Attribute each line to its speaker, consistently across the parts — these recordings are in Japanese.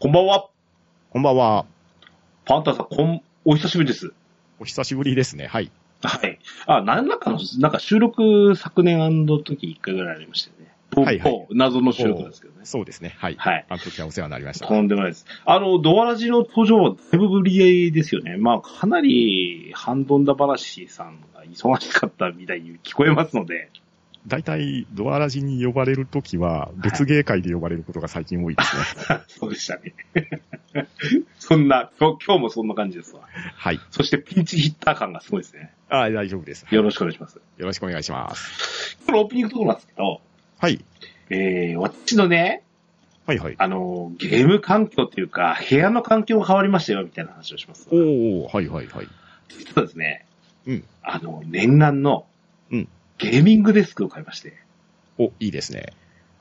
Speaker 1: こんばんは。
Speaker 2: こんばんは。
Speaker 1: パンタさん、こん、お久しぶりです。
Speaker 2: お久しぶりですね。はい。
Speaker 1: はい。あ、何らかの、なんか収録昨年あの時一回ぐらいありましたよね。ぽ
Speaker 2: はいはい
Speaker 1: ぽ謎の収録ですけどね。
Speaker 2: そうですね。はい。
Speaker 1: はい。
Speaker 2: あの時はお世話になりました。
Speaker 1: とんでもないです。あの、ドアラジの登場はだいぶぶり合いですよね。まあ、かなり、ハンドンダ話さんが忙しかったみたいに聞こえますので。
Speaker 2: 大体、ドアラジに呼ばれるときは、別芸会で呼ばれることが最近多いですね。
Speaker 1: そうでしたね。 そんな今日、今日もそんな感じですわ。
Speaker 2: はい。
Speaker 1: そしてピンチヒッター感がすごいですね。
Speaker 2: あ大丈夫です。
Speaker 1: よ
Speaker 2: よ
Speaker 1: ろしくお願いします。
Speaker 2: ろしくお願いします。
Speaker 1: これオープニングところなんですけど、
Speaker 2: はい。
Speaker 1: えー、私のね、
Speaker 2: はいはい。
Speaker 1: あの、ゲーム環境っていうか、部屋の環境が変わりましたよ、みたいな話をします。
Speaker 2: おー、はいはいはい。
Speaker 1: 実はですね、
Speaker 2: うん
Speaker 1: あの、念願の、
Speaker 2: うん
Speaker 1: ゲーミングデスクを買いまして、
Speaker 2: お、いいですね。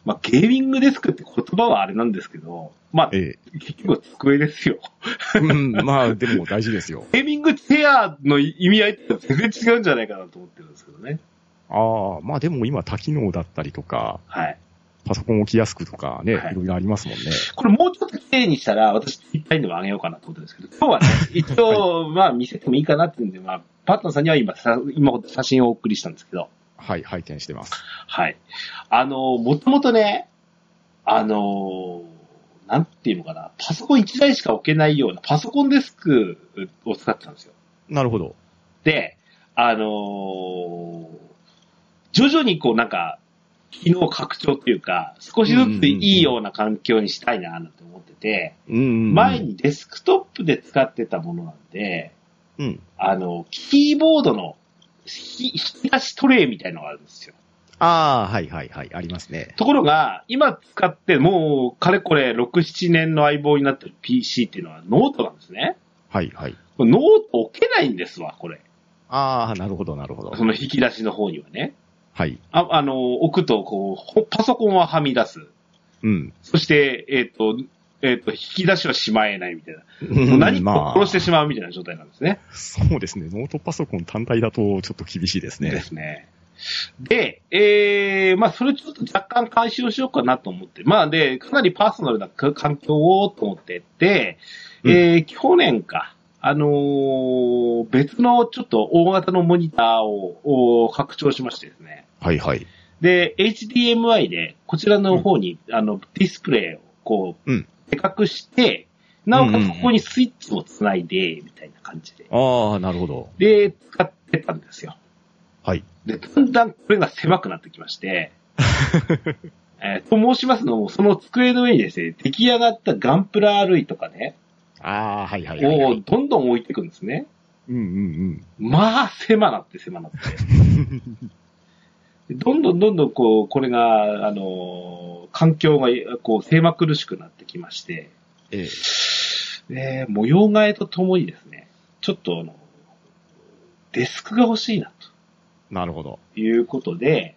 Speaker 1: まあ、ゲーミングデスクって言葉はあれなんですけど、まあ、
Speaker 2: え
Speaker 1: 結局は机ですよ。
Speaker 2: え。うん、まあ、でも大事ですよ。
Speaker 1: ゲーミングチェアの意味合いって全然違うんじゃないかなと思ってるんですけどね。
Speaker 2: ああ、まあでも今多機能だったりとか、
Speaker 1: はい。
Speaker 2: パソコン置きやすくとかね、
Speaker 1: はい
Speaker 2: いろいろありますもんね。
Speaker 1: これもうちょっと綺麗にしたら、私、ツイッターにでもあげようかなと思ってるんですけど、今日はね、一応、まあ、見せてもいいかなっていうんで、まあ、パットンさんには今、さ今ほど写真をお送りしたんですけど、
Speaker 2: はい、拝見してます。
Speaker 1: はい。あの、もともとね、あの、なんていうのかな、パソコン1台しか置けないようなパソコンデスクを使ってたんですよ。
Speaker 2: なるほど。
Speaker 1: で、あの、徐々にこうなんか、機能拡張っていうか、少しずついいような環境にしたいな、なんて思ってて、
Speaker 2: うんうんうん。
Speaker 1: 前にデスクトップで使ってたものなんで、
Speaker 2: うん。
Speaker 1: あの、キーボードのひ引き出しトレイみたいのがあるんですよ。
Speaker 2: ああ、はいはいはい。ありますね。
Speaker 1: ところが、今使ってもう、かれこれ6、7年の相棒になってる PC っていうのはノートなんですね。
Speaker 2: はいはい。
Speaker 1: これノート置けないんですわ、これ。
Speaker 2: ああ、なるほどなるほど。
Speaker 1: その引き出しの方にはね。
Speaker 2: はい。
Speaker 1: ああの、置くと、こうほ、パソコンははみ出す。
Speaker 2: うん。
Speaker 1: そして、えっ、と、えっ、と、引き出しはしまえないみたいな。も
Speaker 2: も
Speaker 1: う何かを殺してしまうみたいな状態なんですね。
Speaker 2: そうですね。ノートパソコン単体だとちょっと厳しいです
Speaker 1: で
Speaker 2: ね。
Speaker 1: すね。で、えー、まあ、それちょっと若干回収しようかなと思って、まあ、で、かなりパーソナルなか環境をと思ってて、えー去年か、あのー別のちょっと大型のモニターをお拡張しましてですね。
Speaker 2: はいはい。
Speaker 1: で、HDMI で、こちらの方に、あの、ディスプレイをこう、
Speaker 2: うん
Speaker 1: でかくして、なおか
Speaker 2: うんう
Speaker 1: つ
Speaker 2: んうん
Speaker 1: ここにスイッチをつないで、みたいな感じで。
Speaker 2: ああ、なるほど。
Speaker 1: で、使ってたんですよ。
Speaker 2: はい。
Speaker 1: で、だんだんこれが狭くなってきま して、えーと申しますのも、その机の上にですね、出来上がったガンプラ類とかね、
Speaker 2: ああ、はいはいはい、は
Speaker 1: を
Speaker 2: い。
Speaker 1: どんどん置いていくんですね。
Speaker 2: うんうん
Speaker 1: まあ、狭なって狭な って。
Speaker 2: うん。
Speaker 1: でどんどんどんどんこう、これが、あのー環境が、こう、狭苦しくなってきまして、
Speaker 2: ええ。
Speaker 1: で模様替えとともにですね、ちょっとあの、デスクが欲しいな、
Speaker 2: なるほど。
Speaker 1: ということで、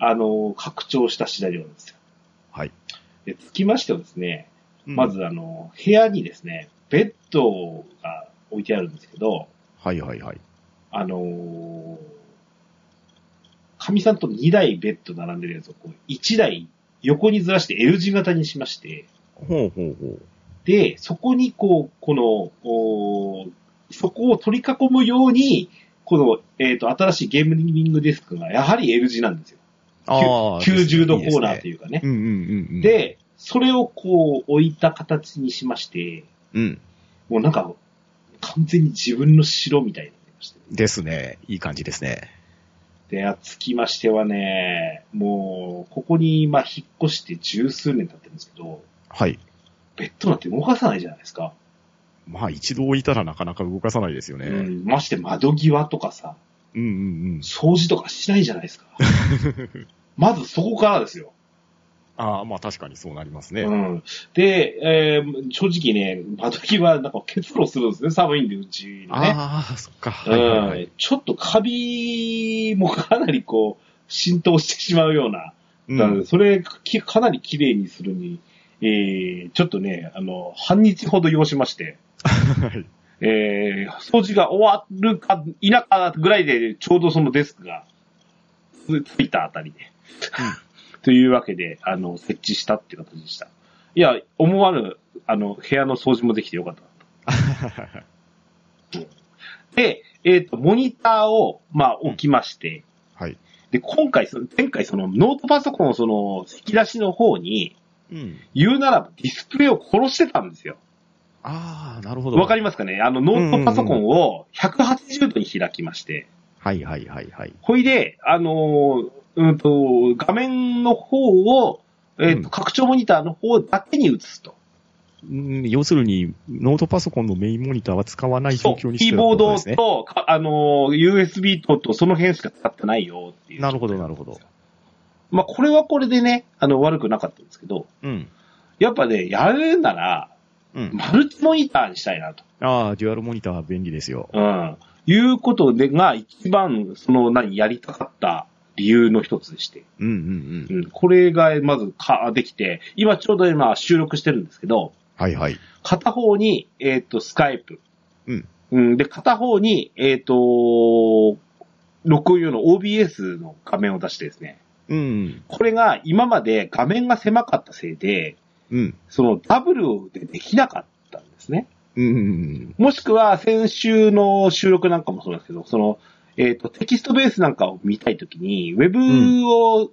Speaker 1: あのー拡張した次第でございますよ。
Speaker 2: はい。
Speaker 1: で、つきましてはですね、
Speaker 2: うん
Speaker 1: ま。ずあの、部屋にですね、ベッドが置いてあるんですけど、
Speaker 2: はいはいはい。
Speaker 1: あのー、かみさんと2台ベッド並んでるやつをこう1台横にずらして L 字型にしまして、
Speaker 2: ほうほうほう。
Speaker 1: で、そこにこう、この、おーそこを取り囲むように、この、えっ、と、新しいゲーミングデスクがやはり L 字なんですよ。
Speaker 2: ああ。
Speaker 1: 90度コーナーと
Speaker 2: いう。
Speaker 1: いうかね。
Speaker 2: うんうんうんうん。、
Speaker 1: で、それをこう置いた形にしまして、
Speaker 2: うん。
Speaker 1: もうなんか、完全に自分の城みたいになりました。
Speaker 2: ですね。いい感じですね。
Speaker 1: で、あつきましてはね、もう、ここに、まあ、引っ越して十数年経ってるんですけど、
Speaker 2: はい。
Speaker 1: ベッドなんて動かさないじゃないですか。
Speaker 2: まあ一度置いたらなかなか動かさないですよね。
Speaker 1: う
Speaker 2: うん
Speaker 1: ん、まして窓際とかさ、
Speaker 2: うんうん。
Speaker 1: 掃除とかしないじゃないです か。まずそこからですよ。
Speaker 2: ああ、まあ確かにそうなりますね。
Speaker 1: うん。で、えー正直ね、窓際、なんか結露するんですね、寒いんで、うちのね。
Speaker 2: ああ、そっか。はいはいは
Speaker 1: う
Speaker 2: い
Speaker 1: ん。ちょっとカビもかなりこう、浸透してしまうような。
Speaker 2: うん
Speaker 1: だからそれき、かなり綺麗にするに、えー、ちょっとね、あの、半日ほど要しまして、
Speaker 2: はい
Speaker 1: えー、掃除が終わるか否かぐらいで、ちょうどそのデスクがつついたあたりで。というわけで、あの、設置したって形でした。いや、思わぬあの、部屋の掃除もできてよかったなと。で、えっ、と、モニターを、まあ、置きまして、
Speaker 2: はい。
Speaker 1: で、今回、その、前回、その、ノートパソコンのその、引き出しの方に、
Speaker 2: うん。
Speaker 1: 言うならばディスプレイを殺してたんですよ。
Speaker 2: ああ、なるほど。
Speaker 1: わか
Speaker 2: り
Speaker 1: りますかねあの、ノートパソコンを180度に開きまして、
Speaker 2: はいはいはいはい。
Speaker 1: ほいで、あのーうんと、画面の方を、えっ、と、
Speaker 2: うん
Speaker 1: 拡張モニターの方だけに映すと。
Speaker 2: うん、要するに、ノートパソコンのメインモニターは使わない状
Speaker 1: そう、
Speaker 2: 況にして
Speaker 1: キー
Speaker 2: たっ
Speaker 1: ボー
Speaker 2: てこと
Speaker 1: ド
Speaker 2: ですね。
Speaker 1: と、かあのー USB ととその辺しか使ってないよっていう。
Speaker 2: なるほど、なるほど。
Speaker 1: まあ、これはこれでね、あの、悪くなかったんですけど、
Speaker 2: うん。
Speaker 1: やっぱね、やれるなら、
Speaker 2: うん。
Speaker 1: マルチモニターにしたいなと。
Speaker 2: ああ、デュアルモニターは便利ですよ。
Speaker 1: うん。いうことで、が一番、その、何、やりたかった理由の一つでして。
Speaker 2: うんうんう。
Speaker 1: うんん。これが、まず、か、できて、今ちょうど今収録してるんですけど、
Speaker 2: はいはい。
Speaker 1: 片方に、えっ、と、スカイプ。
Speaker 2: うん。
Speaker 1: うん。で、片方に、えっ、と、録音用の OBS の画面を出してですね。
Speaker 2: うん。
Speaker 1: これが今まで画面が狭かったせいで、
Speaker 2: うん。
Speaker 1: そのダブルでできなかったんですね。
Speaker 2: うんうんうん。
Speaker 1: もしくは先週の収録なんかもそうなんですけど、その、えっ、と、テキストベースなんかを見たいときに、ウェブを、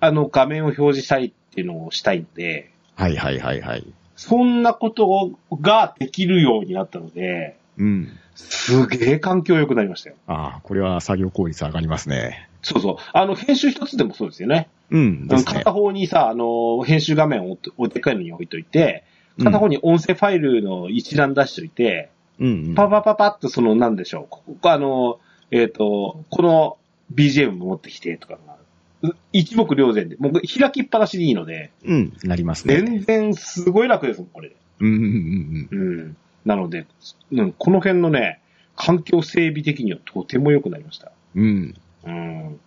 Speaker 1: あの、画面を表示したいっていうのをしたいんで、
Speaker 2: はいはいはいはい。
Speaker 1: そんなことができるようになったので、
Speaker 2: うん。
Speaker 1: すげえ環境良くなりましたよ。
Speaker 2: ああ、これは作業効率上がりますね。
Speaker 1: そうそう。あの、編集一つでもそうですよね。
Speaker 2: うん。ですね。
Speaker 1: 片方にさ、あの、編集画面をおでっかいのに置いといて、片方に音声ファイルの一覧出しといて、
Speaker 2: うん、うんうん。
Speaker 1: パパパパッとその、なんでしょう、ここ、あの、えっ、と、この BGM 持ってきてとかが、う一目瞭然で、もう開きっぱなしでいいので、
Speaker 2: うん。なりますね。
Speaker 1: 全然すごい楽ですもん、これで。
Speaker 2: うんうんうん
Speaker 1: うん。なので、うん、この辺のね、環境整備的にはとても良くなりました。
Speaker 2: うん。うん。
Speaker 1: うん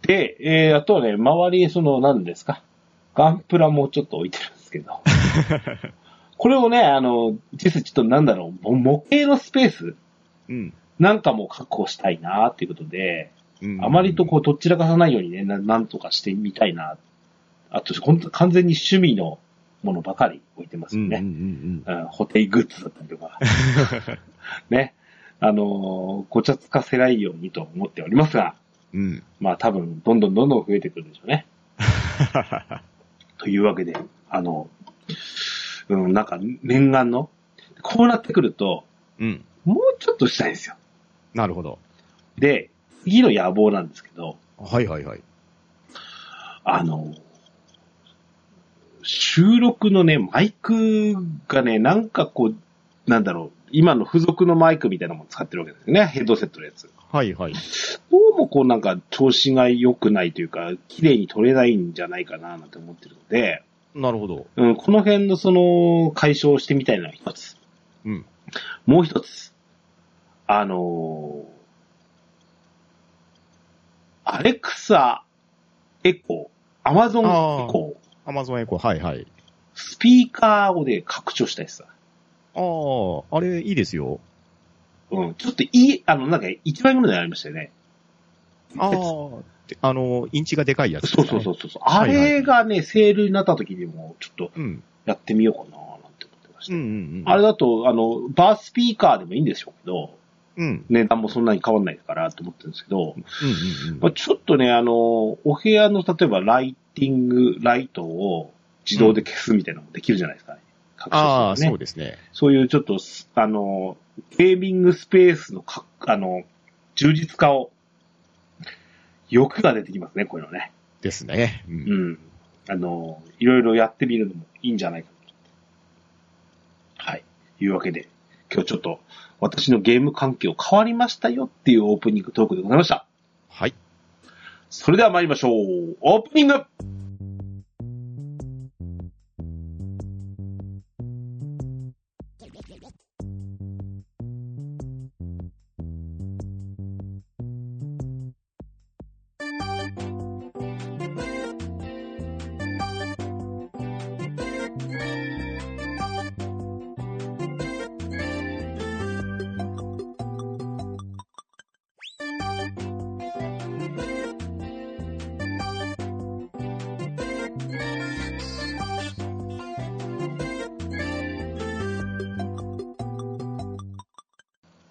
Speaker 1: で、えー、あとはね、周りにその、何ですか。ガンプラもちょっと置いてるんですけ ど。これをね、あの、実はちょっとなんだろう、も模型のスペース
Speaker 2: うん。
Speaker 1: なんかも確保したいなっていうことで、
Speaker 2: うん
Speaker 1: あまりとこう、どちらかさないようにね、ななんとかしてみたいな。あと、ほんと完全に趣味のものばかり置いてますよね。
Speaker 2: うんうん
Speaker 1: うん、ホテイグッズだったりとか。ね。あのーごちゃつかせないようにと思っておりますが、
Speaker 2: うん うん。うん。
Speaker 1: まあ多分、どんどんどんどん増えてくるでしょうね。というわけで、あの、うん、なんか念願の、こうなってくると、
Speaker 2: うん。
Speaker 1: もうちょっとしたいんですよ。
Speaker 2: なるほど。
Speaker 1: で、次の野望なんですけど、
Speaker 2: はいはいはい。
Speaker 1: あの、収録のね、マイクがね、なんかこう、なんだろう、今の付属のマイクみたいなもの使ってるわけですよね、ヘッドセットのやつ。
Speaker 2: はいはい。
Speaker 1: どうもこうなんか調子が良くないというか、綺麗に撮れないんじゃないかななんて思ってるので、
Speaker 2: なるほど。
Speaker 1: うん、この辺のその解消をしてみたいのは一つ。
Speaker 2: うん。
Speaker 1: もう一つ。あのーアレクサ、エコー、アマゾンエ
Speaker 2: あー
Speaker 1: コー、
Speaker 2: アマゾンエコー、はいはい。
Speaker 1: スピーカーをね、拡張したいさ。
Speaker 2: ああ、あれ、いいですよ。
Speaker 1: うん、ちょっといい、あの、なんか一番いいものになりましたよね。
Speaker 2: ああ、であの、インチがでかいやつ、。
Speaker 1: そうそうそううそう。あれがね、セールになった時にも、ちょっと
Speaker 2: うん。
Speaker 1: やってみようかななんて思ってまし
Speaker 2: う
Speaker 1: た。
Speaker 2: んうんうん。
Speaker 1: あれだと、あの、バースピーカーでもいいんでしょうけど、
Speaker 2: うん。うん
Speaker 1: 値段もそんなに変わんないからと思ってるんですけど、
Speaker 2: うんうん
Speaker 1: まあ、ちょっとね、あの、お部屋の例えばライティング、ライトを自動で消すみたいなのもできるじゃないですか、ね。拡
Speaker 2: あ
Speaker 1: 張
Speaker 2: あ、
Speaker 1: する
Speaker 2: そ
Speaker 1: ね
Speaker 2: う。ですね。
Speaker 1: そういうちょっとす、あの、ゲーミングスペースのか、あの、充実化を、欲が出てきますね、こういうのね。
Speaker 2: ですね。う。
Speaker 1: うんん。あの、いろいろやってみるのもいいんじゃないかと。はい。いうわけで、今日ちょっと私のゲーム環境変わりましたよっていうオープニングトークでございました。
Speaker 2: はい。
Speaker 1: それでは参りましょう。オープニング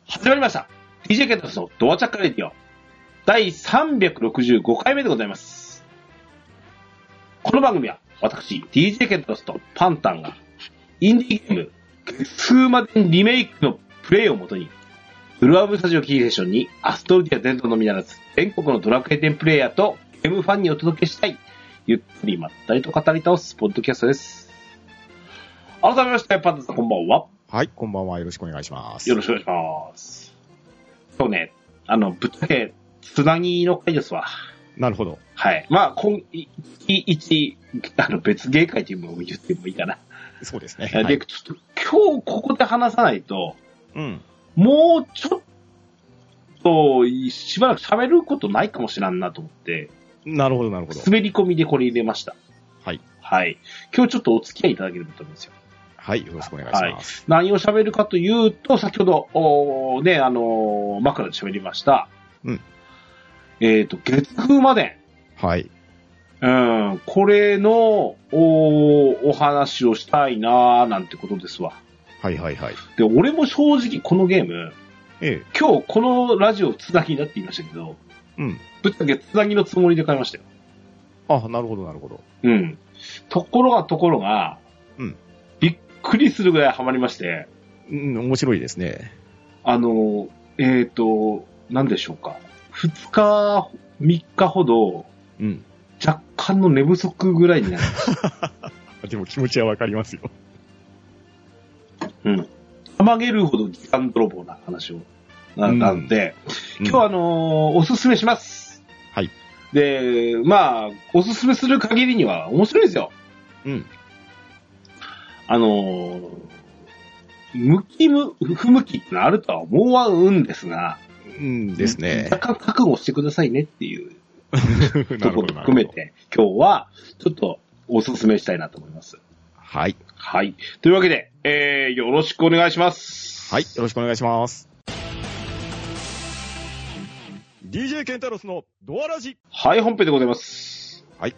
Speaker 1: 始まりました DJ ケンタスのドアチャックレディオ第365回目でございますこの番組は私 DJ ケンタスとパンタンがインディーゲーム月風までにリメイクのプレイをもとにブルアブスタジオキーセッションにアストルティア全土のみならず全国のドラクエ10プレイヤーとゲームファンにお届けしたいゆっくりまったりと語り倒すポッドキャストです改めましてパンタンさんこんばんは
Speaker 2: はい、こんばんは。よろしくお願いします。
Speaker 1: よろしくお願いします。そうね、あの、ぶっちゃけ、つなぎの回ですわ。
Speaker 2: なるほど。
Speaker 1: はい。まあ、今、いい一、あの、別芸会というのを言ってもいいかな。
Speaker 2: そうですね。は
Speaker 1: で、
Speaker 2: い、
Speaker 1: ちょっと、今日ここで話さないと、
Speaker 2: うん。
Speaker 1: もうちょっと、しばらく喋ることないかもしらんなと思って、
Speaker 2: なるほど、なるほど。
Speaker 1: 滑り込みでこれ入れました。
Speaker 2: はい。
Speaker 1: はい。今日ちょっとお付き合いいただければと思うんですよ。
Speaker 2: はい、よろしくお願いします。
Speaker 1: 何を喋るかというと、先ほど、おーね、あのー枕で喋りました。
Speaker 2: うん。
Speaker 1: えっ、と、月空まで、
Speaker 2: はい。
Speaker 1: うん、これの、おーお話をしたいなーなんてことですわ。
Speaker 2: はい、はい、はい。
Speaker 1: で、俺も正直このゲーム、
Speaker 2: え
Speaker 1: 今日このラジオつなぎになっていましたけど、
Speaker 2: え。うん。
Speaker 1: ぶっちゃけつなぎのつもりで買いましたよ。
Speaker 2: あ、なるほど、なるほど。
Speaker 1: うん。ところがところが、
Speaker 2: うん
Speaker 1: びっくりするぐらいハマりまして、
Speaker 2: うん、面白いですね。
Speaker 1: あの、えっ、と、なんでしょうか。2日、3日ほど、
Speaker 2: うん。
Speaker 1: 若干の寝不足ぐらいに なる。
Speaker 2: でも気持ちはわかりますよ。
Speaker 1: うん。たまげるほど時間泥棒な話を、な
Speaker 2: うん
Speaker 1: なんで、今日はあのーおすすめします。
Speaker 2: はい。
Speaker 1: で、まあ、おすすめする限りには面白いですよ。
Speaker 2: うん。
Speaker 1: あのー向きむ、不向きってのはあるとは思わんですが、
Speaker 2: うんです ね。
Speaker 1: 若干覚悟してくださいねっていう
Speaker 2: な
Speaker 1: と
Speaker 2: る
Speaker 1: こ
Speaker 2: ほ
Speaker 1: ろ
Speaker 2: ど、
Speaker 1: も
Speaker 2: なる
Speaker 1: 含め
Speaker 2: ほど。
Speaker 1: て、今日はちょっとお勧めしたいなと思います。
Speaker 2: はい。
Speaker 1: はい。というわけで、えー、よろしくお願いします。
Speaker 2: はい、よろしくお願いします。DJ ケンタロスのドアラジ。
Speaker 1: はい、本編でございます。
Speaker 2: はい。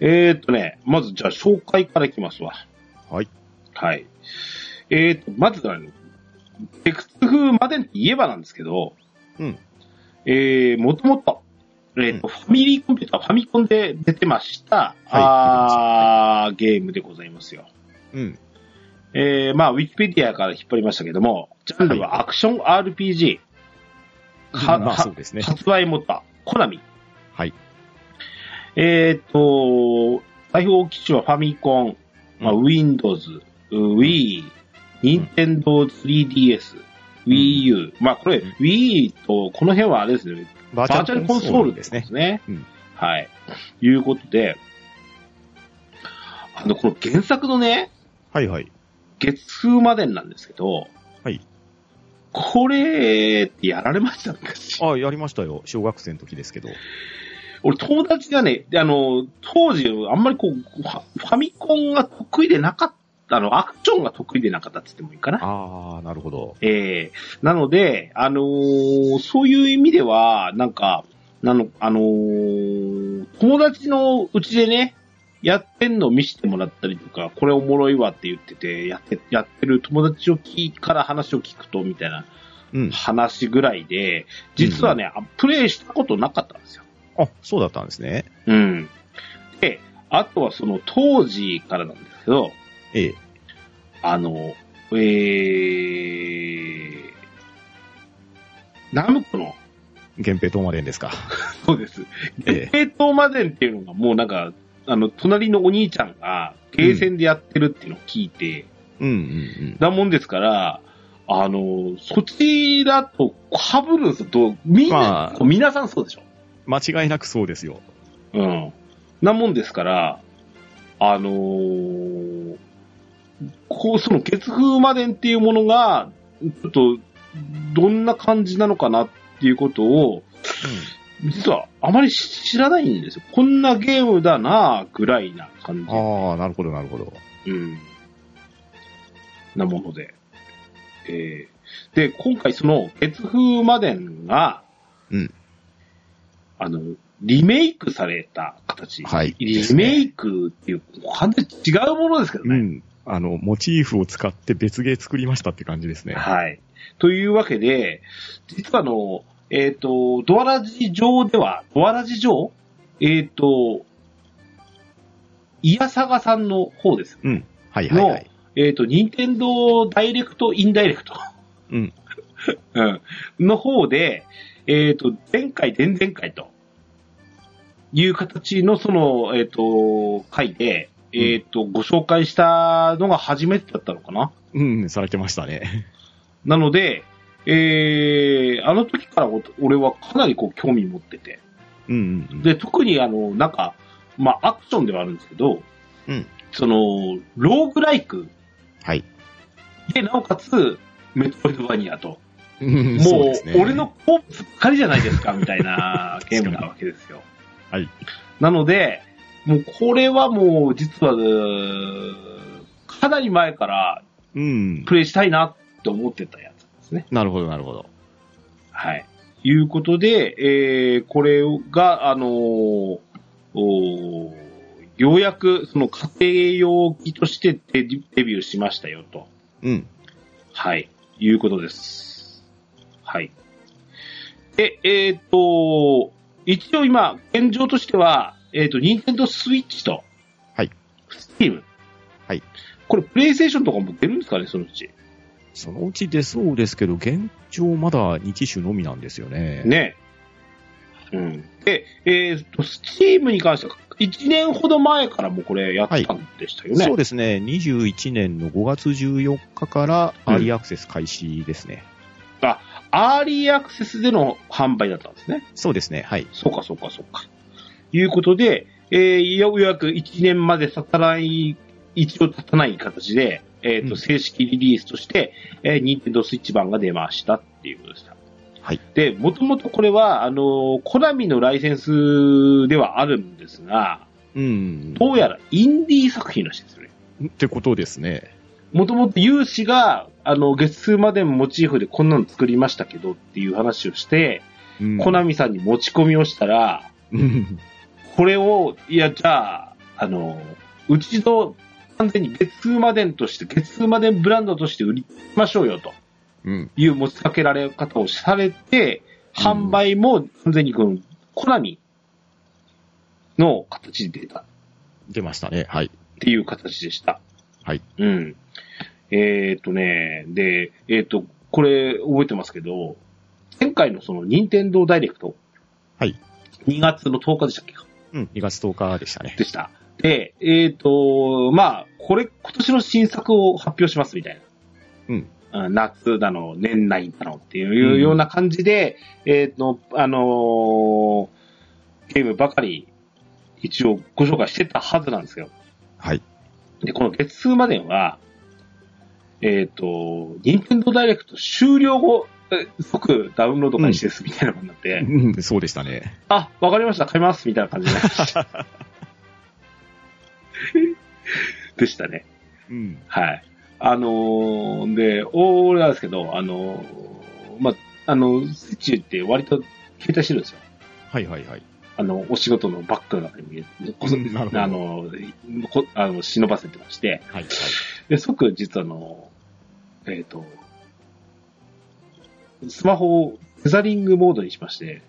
Speaker 1: えーっとね、まずじゃあ紹介からいきますわ。
Speaker 2: はい。
Speaker 1: はい。えーっと、まずあの、テクス風までって言えばなんですけど、
Speaker 2: うん。
Speaker 1: えー、もともと、えーっと、ファミリーコンピューター、ファミコンで出てました、あーゲームでございますよ。
Speaker 2: うん。
Speaker 1: えー、まあ、ウィキペディアから引っ張りましたけども、ジャンルはアクション RPG。は
Speaker 2: まあ
Speaker 1: は
Speaker 2: そうですね。
Speaker 1: 発売元、コナミ。
Speaker 2: はい。
Speaker 1: えっ、と、代表機種はファミコン、まあ、
Speaker 2: う
Speaker 1: Windows、Wii、Nintendo 3DS、
Speaker 2: ん
Speaker 1: Wii U。まあ、これ、
Speaker 2: うん
Speaker 1: Wii と、この辺はあれですね、
Speaker 2: バ
Speaker 1: バーチャルコンソールですね。。
Speaker 2: うん
Speaker 1: はい。いうことで、あの、この原作のね、
Speaker 2: はいはい。
Speaker 1: 月風までなんですけど、
Speaker 2: はい。
Speaker 1: これってやられました昔。
Speaker 2: あ、やりましたよ。小学生の時ですけど。
Speaker 1: 俺友達がね、であの、当時、あんまりこう、ファファミコンが得意でなかった、あの、アクションが得意でなかったって言ってもいいかな。
Speaker 2: ああ、なるほど。
Speaker 1: ええなので、あのーそういう意味では、なんか、なの、あのー友達のうちでね、やってんのを見せてもらったりとか、これおもろいわって言ってて、やって、やってる友達を聞いから話を聞くと、みたいな
Speaker 2: うん。
Speaker 1: 話ぐらいで、実はね、あプレイしたことなかったんですよ。
Speaker 2: あ、そうだったんですね。
Speaker 1: うん。で、あとはその当時からなんですけど、
Speaker 2: ええ。
Speaker 1: あの、えー、ナムコの、
Speaker 2: 源平東馬伝ですか。
Speaker 1: そうです。
Speaker 2: ええ
Speaker 1: ゲートマデンっていうのがもうなんか、あの、隣のお兄ちゃんがゲーセンでやってるっていうのを聞いて、
Speaker 2: うんうん
Speaker 1: だもんですから、あの、そちらと被るんですよ。どうみんな、
Speaker 2: まあ
Speaker 1: 皆さんそうでしょ
Speaker 2: うん。間違いなくそうですよ。
Speaker 1: うん。なもんですから、あのーこう、その月風までっていうものが、ちょっと、どんな感じなのかなっていうことを、実はあまり知らないんですよ。こんなゲームだなぐらいな感
Speaker 2: うん、ああ、なるほど、なるほど。
Speaker 1: じ。うん。なもので。えーで、今回その月風までが、
Speaker 2: うん
Speaker 1: あの、リメイクされた形。
Speaker 2: はい。
Speaker 1: リメイクっていう、完全に違うものですけど
Speaker 2: う
Speaker 1: ね。
Speaker 2: ん。あの、モチーフを使って別芸作りましたって感じですね。
Speaker 1: はい。というわけで、実はあの、えっ、と、ドアラジ上では、ドアラジ上えっ、と、イヤサガさんの方です。
Speaker 2: はいはいはい。
Speaker 1: えっ、と、ニンテンドーダイレクトインダイレクト。
Speaker 2: うん。
Speaker 1: うん。の方で、えっ、と、前回、前々回と、いう形の、その、えっ、と、回で、えっ、と、ご紹介したのが初めてだったのかな
Speaker 2: うん、されてましたね。
Speaker 1: なので、えー、あの時からお俺はかなりこう興味持ってて。
Speaker 2: うんうん
Speaker 1: で、特にあの、なんか、まあ、アクションではあるんですけど、
Speaker 2: うん
Speaker 1: その、ローグライク
Speaker 2: はい。
Speaker 1: で、なおかつ、メトロイドバニアと。
Speaker 2: うん。うんそう
Speaker 1: も
Speaker 2: ですね
Speaker 1: う、俺の。好物ばっかりじゃないですか、みたいな ゲームなわけですよ。
Speaker 2: はい。
Speaker 1: なので、もうこれはもう、実は、うーかなり前から
Speaker 2: うん。
Speaker 1: プレイしたいなって思ってたやつですね。
Speaker 2: なるほど、なるほど。
Speaker 1: はい。いうことで、えー、これが、あのーおーようやく、その家庭用機としてデビデビューしましたよと。
Speaker 2: うん。
Speaker 1: はい。いうことです。はい。で、えっ、と、一応今、現状としては、えっ、と、任天堂スイッチと、
Speaker 2: はい。
Speaker 1: スチーム。
Speaker 2: はい。
Speaker 1: これ、プレイステーションとかも出るんですかね、そのうち。
Speaker 2: そのうち出そうですけど、現状まだ2機種のみなんですよね。。
Speaker 1: ね。うん。で、えっ、と、スチームに関しては、1年ほど前からもうこれやってたんでしたよね。
Speaker 2: そうですね。21年の5月14日から
Speaker 1: うん
Speaker 2: アーリーアクセス開始ですね。
Speaker 1: アーリーアクセスでの販売だったんですね。
Speaker 2: そうですね。はい。
Speaker 1: そうか、そうか、そうか。いうことで、えー、ようやく1年まで経たない、一応経たない形で、えっ、と、
Speaker 2: うん
Speaker 1: 正式リリースとして、えー、任天堂スイッチ版が出ましたっていうことでした。
Speaker 2: はい。
Speaker 1: で、もともとこれは、あのーコナミのライセンスではあるんですが、
Speaker 2: うん。
Speaker 1: どうやらインディー作品らしいですよね。
Speaker 2: ってことですね。
Speaker 1: もともと有志が、あの、月数までもモチーフでこんなの作りましたけどっていう話をして、
Speaker 2: うん
Speaker 1: コナミさんに持ち込みをしたら、
Speaker 2: うん
Speaker 1: これを、いや、じゃあ、あの、うちの完全に月数までとして、月数までブランドとして売りましょうよと
Speaker 2: うん。
Speaker 1: いう持ちかけられ方をされて、販売も完全にこの、コナミの形で出たっ
Speaker 2: 出ましたね。はい。
Speaker 1: ていう形でした。
Speaker 2: はい。
Speaker 1: うん。えーっ、とね、で、えーっ、と、これ覚えてますけど、前回のその任天堂ダイレクト。
Speaker 2: はい。
Speaker 1: 2月の10日でしたっけか
Speaker 2: うん。2月10日でしたね。
Speaker 1: でした。で、えっ、と、まあ、これ、今年の新作を発表しますみたいな。
Speaker 2: うん
Speaker 1: うん。夏だの、年内だのっていうような感じで、えっ、と、あのーゲームばかり、一応ご紹介してたはずなんですよ。
Speaker 2: はい。
Speaker 1: で、この月数までは、えっ、と、任天堂ダイレクト終了後、え即ダウンロード開始ですみたいなことになって、
Speaker 2: うん、そうでしたね。
Speaker 1: あ、わかりました、買います、みたいな感じで。 でしたね。
Speaker 2: うん。
Speaker 1: はい。あのーで、お俺なんですけど、あのーま、あの、スイッチって割と携帯してるんですよ。
Speaker 2: はいはいはい。
Speaker 1: あの、お仕事のバッグの中に見えて、こそ
Speaker 2: うんなるほど
Speaker 1: あのこ、あの、忍ばせてまして、
Speaker 2: はいはい。
Speaker 1: で、即実はあの、えっ、と、スマホをフェザリングモードにしまして、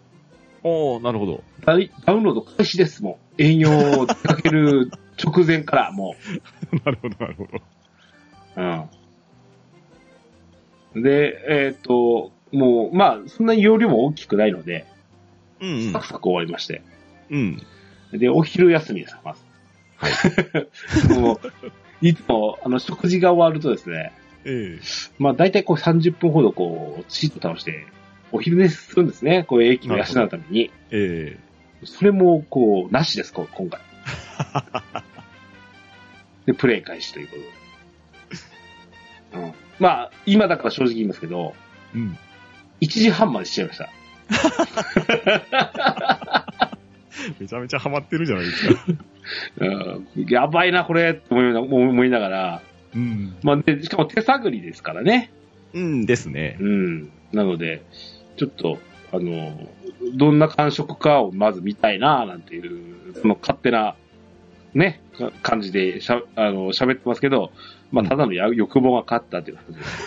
Speaker 2: おー、なるほど。
Speaker 1: ダイダウンロード開始です、もう。遠用を出かける直前から、も
Speaker 2: なるほど、なるほど。
Speaker 1: う。うん。で、えっ、と、もう、まあ、そんなに容量も大きくないので、
Speaker 2: うん
Speaker 1: サクサク終わりまして。
Speaker 2: うん。うん。
Speaker 1: で、お昼休みです、まず。 もう、いつも、あの、食事が終わるとですね、
Speaker 2: ええ
Speaker 1: まあ、大体こう30分ほど、こう、チート倒して、お昼寝するんですね、こう、駅を養うために。
Speaker 2: ええ
Speaker 1: それも、こう、なしです、こう今回。で、プレイ開始ということで。うん。まあ、今だから正直言いますけど、
Speaker 2: うん。
Speaker 1: 1時半までしちゃいました。
Speaker 2: めちゃめちゃハマってるじゃないですか。
Speaker 1: うん、やばいな、これ、と思いな思いながら。
Speaker 2: うん。
Speaker 1: まあ、で、しかも手探りですからね。
Speaker 2: うんですね。
Speaker 1: うん。なので、ちょっと、あの、どんな感触かをまず見たいな、なんていう、その勝手な、ね、か感じでしゃ、あの、喋ってますけど、まあ、ただのや欲望が勝ったということです。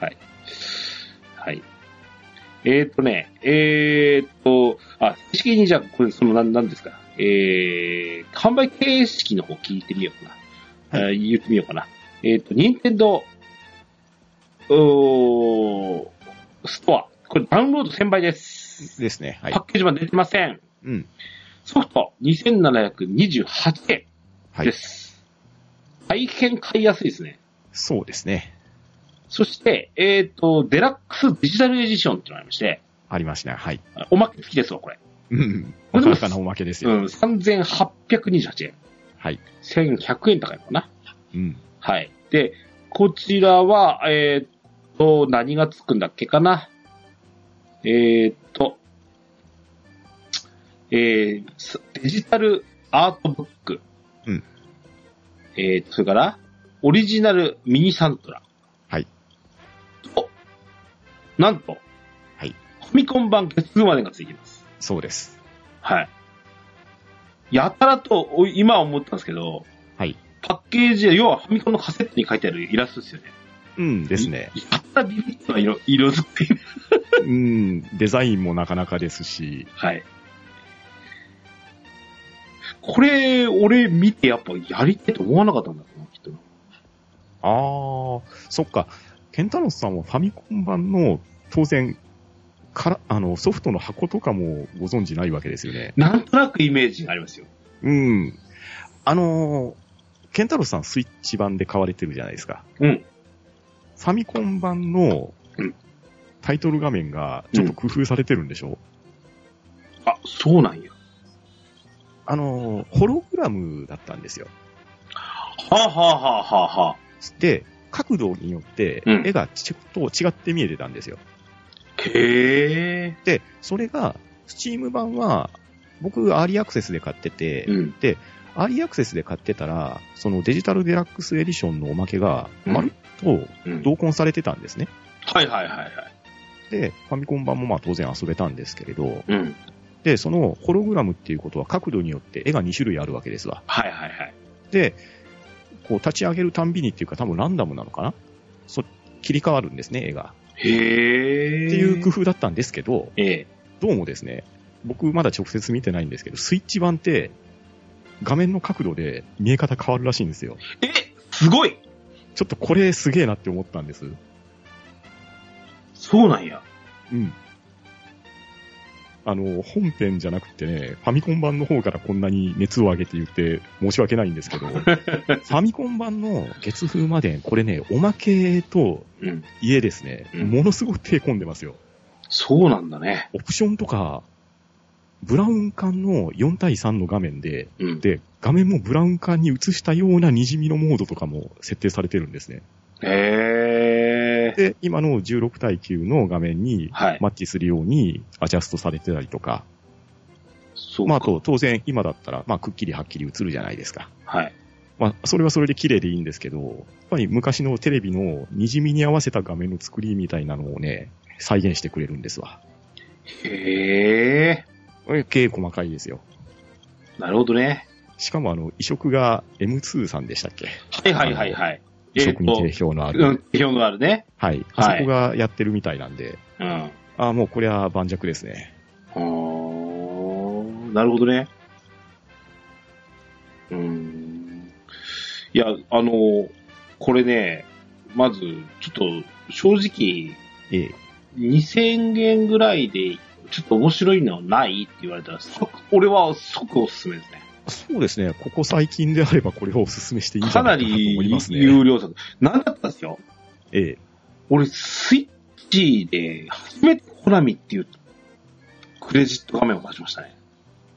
Speaker 1: はい。はい。えー、っとね、えー、っと、あ、正式にじゃあ、これ、その、なん、なんですか。えー、販売形式の方聞いてみようかな。あ言ってみようかな。えー、っと、任天堂、おーストア。これ、ダウンロード1000倍です。
Speaker 2: ですね。はい
Speaker 1: パ。ッケージ版出てません。
Speaker 2: うん。
Speaker 1: ソフト2728円
Speaker 2: は
Speaker 1: で
Speaker 2: い。
Speaker 1: す。大変買いやすいですね。
Speaker 2: そうですね。
Speaker 1: そして、えっ、と、デラックスデジタルエディションっていうのがありまして、
Speaker 2: ありましたね。はい。
Speaker 1: あおまけ付きですわ、これ。
Speaker 2: うん。なかなかのおまけです
Speaker 1: う
Speaker 2: よ。
Speaker 1: ん、3828円。
Speaker 2: はい。
Speaker 1: 1100円高いのかな。
Speaker 2: うん。
Speaker 1: はい。で、こちらは、えっ、と、何がつくんだっけかな。えっ、と、えーすデジタルアートブック。
Speaker 2: うん。
Speaker 1: えー、それから、オリジナルミニサントラ。
Speaker 2: はい。
Speaker 1: と、なんと、
Speaker 2: はい。
Speaker 1: ファミコン版月2までがついています。
Speaker 2: そうです。
Speaker 1: はい。やたらと、お今思ったんですけど、
Speaker 2: はい。
Speaker 1: パッケージは、要はファミコンのカセットに書いてあるイラストですよね。
Speaker 2: うんですね。
Speaker 1: やったらビビッとな色、色づくっていう。
Speaker 2: うん。デザインもなかなかですし、
Speaker 1: はい。これ、俺見てやっぱやりてえと思わなかったんだろうな、きっとな。
Speaker 2: ああ、そっか。ケンタロスさんはファミコン版の、当然、から、あの、ソフトの箱とかもご存知ないわけですよね。
Speaker 1: なんとなくイメージがありますよ。
Speaker 2: うん。あのー、ケンタロスさんスイッチ版で買われてるじゃないですか。
Speaker 1: うん。
Speaker 2: ファミコン版の
Speaker 1: うん、
Speaker 2: タイトル画面がちょっと工夫されてるんでしょ、
Speaker 1: あ、そうなんや。
Speaker 2: あのー、ホログラムだったんですよ。
Speaker 1: はあ、はあはあはあはあ、
Speaker 2: で、角度によって
Speaker 1: うん
Speaker 2: 絵がちょっと違って見えてたんですよ。
Speaker 1: へえ。
Speaker 2: で、それが、スチーム版は、僕、アーリーアクセスで買ってて、
Speaker 1: うん。
Speaker 2: アーリーアクセスで買ってたら、そのデジタルデラックスエディションのおまけが、
Speaker 1: うん
Speaker 2: まるっと
Speaker 1: うん
Speaker 2: 同梱されてたんですね。
Speaker 1: はいはいはいはい。
Speaker 2: で、ファミコン版もまあ当然遊べたんですけれど、
Speaker 1: うん。
Speaker 2: で、そのホログラムっていうことは角度によって絵が2種類あるわけですわ。
Speaker 1: はいはいはい。
Speaker 2: で、こう立ち上げるたんびにっていうか多分ランダムなのかなそ切り替わるんですね、絵が。
Speaker 1: へえ。
Speaker 2: っていう工夫だったんですけど、
Speaker 1: ええ。
Speaker 2: どうもですね、僕まだ直接見てないんですけど、スイッチ版って、画面の角度で見え方変わるらしいんですよ。
Speaker 1: え、すごい
Speaker 2: ちょっとこれすげえなって思ったんです。
Speaker 1: そうなんや。
Speaker 2: うん。あの、本編じゃなくてね、ファミコン版の方からこんなに熱を上げて言って申し訳ないんですけど、ファミコン版の月風まで、これね、おまけと
Speaker 1: うん。
Speaker 2: 家ですね、
Speaker 1: うん
Speaker 2: ものすごく手込んでますよ。
Speaker 1: そうなんだね。
Speaker 2: オプションとか、ブラウン管の4対3の画面で、
Speaker 1: うん。
Speaker 2: で、画面もブラウン管に映したようなにじみのモードとかも設定されてるんですね。
Speaker 1: へえ。
Speaker 2: で、今の16対9の画面に
Speaker 1: はい。
Speaker 2: マッチするようにアジャストされてたりとか、
Speaker 1: そう
Speaker 2: まあ、
Speaker 1: か
Speaker 2: あと当然今だったら、まあ、くっきりはっきり映るじゃないですか。
Speaker 1: はい。
Speaker 2: まあ、それはそれで綺麗でいいんですけど、やっぱり昔のテレビのにじみに合わせた画面の作りみたいなのをね、再現してくれるんですわ。
Speaker 1: へえ。
Speaker 2: え結構細かいですよ。
Speaker 1: なるほどね。
Speaker 2: しかもあの、移植が M2 さんでしたっけ
Speaker 1: はいはいはいはい。
Speaker 2: 移
Speaker 1: え
Speaker 2: 植に定
Speaker 1: ーっ
Speaker 2: 評のあ
Speaker 1: と、
Speaker 2: る。
Speaker 1: うん、定評のあるね。
Speaker 2: はい。あそ
Speaker 1: はい
Speaker 2: こがやってるみたいなんで、
Speaker 1: うん。
Speaker 2: ああ、もうこれは盤石ですね。
Speaker 1: おーなるほどね。うーん。いや、あの、これね、まず、ちょっと、正直、
Speaker 2: ええ。
Speaker 1: 2000円ぐらいで、ちょっと面白いのないって言われたら、即、 俺は即おすすめですね。
Speaker 2: そうですね。ここ最近であればこれをお勧めしていいんじ
Speaker 1: か
Speaker 2: ゃな
Speaker 1: ない
Speaker 2: かなと
Speaker 1: り
Speaker 2: 思いますね。
Speaker 1: 有料作。なんだったんですよ。
Speaker 2: ええ。
Speaker 1: 俺、スイッチで、初めてコナミっていう、クレジット画面を出しましたね。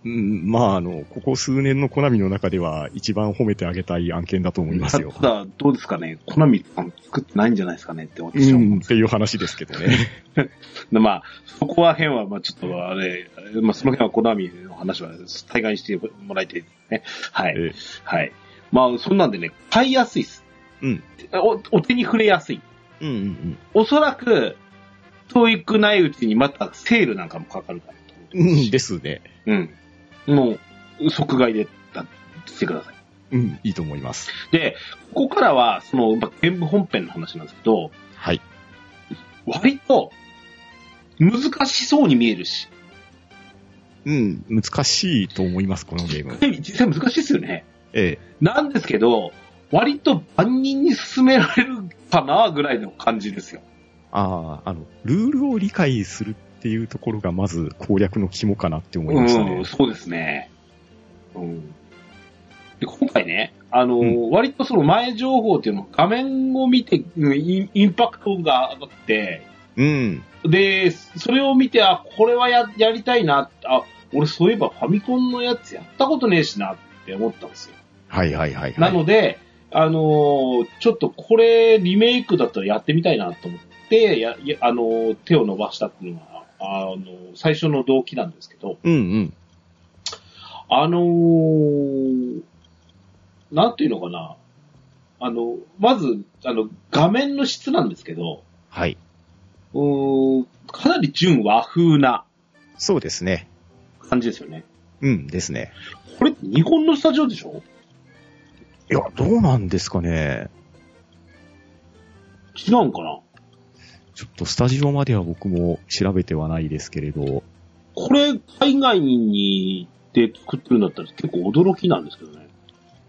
Speaker 2: うん、まあ、あの、ここ数年のコナミの中では一番褒めてあげたい案件だと思いますよ
Speaker 1: た。だ、どうですかね、コナミさん作ってないんじゃないですかねって
Speaker 2: う
Speaker 1: 私は思うん
Speaker 2: ん、
Speaker 1: で
Speaker 2: っ
Speaker 1: す
Speaker 2: ていう話ですけどね。
Speaker 1: でまあ、そこら辺は、まあ、ちょっとあれ、まあ、その辺はコナミの話は、対外にしてもらいたいですね。はい。
Speaker 2: ええ
Speaker 1: はい。まあ、そんなんでね、買いやすいです。
Speaker 2: うん。
Speaker 1: お、お手に触れやすい。
Speaker 2: うんうんうん。
Speaker 1: おそらく、遠いくないうちにまたセールなんかもかかるからと思って
Speaker 2: うんですね。
Speaker 1: うん。もう、即買いで、だしてください。
Speaker 2: うん、いいと思います。
Speaker 1: で、ここからは、その、まあ、全部本編の話なんですけど、
Speaker 2: はい。
Speaker 1: 割と、難しそうに見えるし、
Speaker 2: うん、難しいと思います、このゲーム。
Speaker 1: 実際難しいですよね。
Speaker 2: ええ。
Speaker 1: なんですけど、割と万人に勧められるかなぐらいの感じですよ。
Speaker 2: ああ、あの、ルールを理解するっていうところがまず攻略の肝かなって思いました
Speaker 1: う
Speaker 2: ね
Speaker 1: ん、。そうですね。うん。で、今回ね、あのー、
Speaker 2: う
Speaker 1: 割とその前情報っていうのも画面を見て、うんインインパクトが上がって、
Speaker 2: うん。
Speaker 1: で、それを見て、あ、これはややりたいな、あ、俺そういえばファミコンのやつやったことねえしなって思ったんですよ。
Speaker 2: はいはいはい、はい。
Speaker 1: なので、あのーちょっとこれリメイクだったらやってみたいなと思って、ややあのー手を伸ばしたっていうのが、あのー最初の動機なんですけど、
Speaker 2: うんうん。
Speaker 1: あのーなんていうのかな。あの、まず、あの、画面の質なんですけど、
Speaker 2: はい。
Speaker 1: うーんかなり純和風な
Speaker 2: そうですね。
Speaker 1: 感じですよね。
Speaker 2: うんですね。
Speaker 1: これって日本のスタジオでしょ
Speaker 2: いや、どうなんですかね。
Speaker 1: 違うんかな
Speaker 2: ちょっとスタジオまでは僕も調べてはないですけれど。
Speaker 1: これ、海外にで作ってるんだったら結構驚きなんですけどね。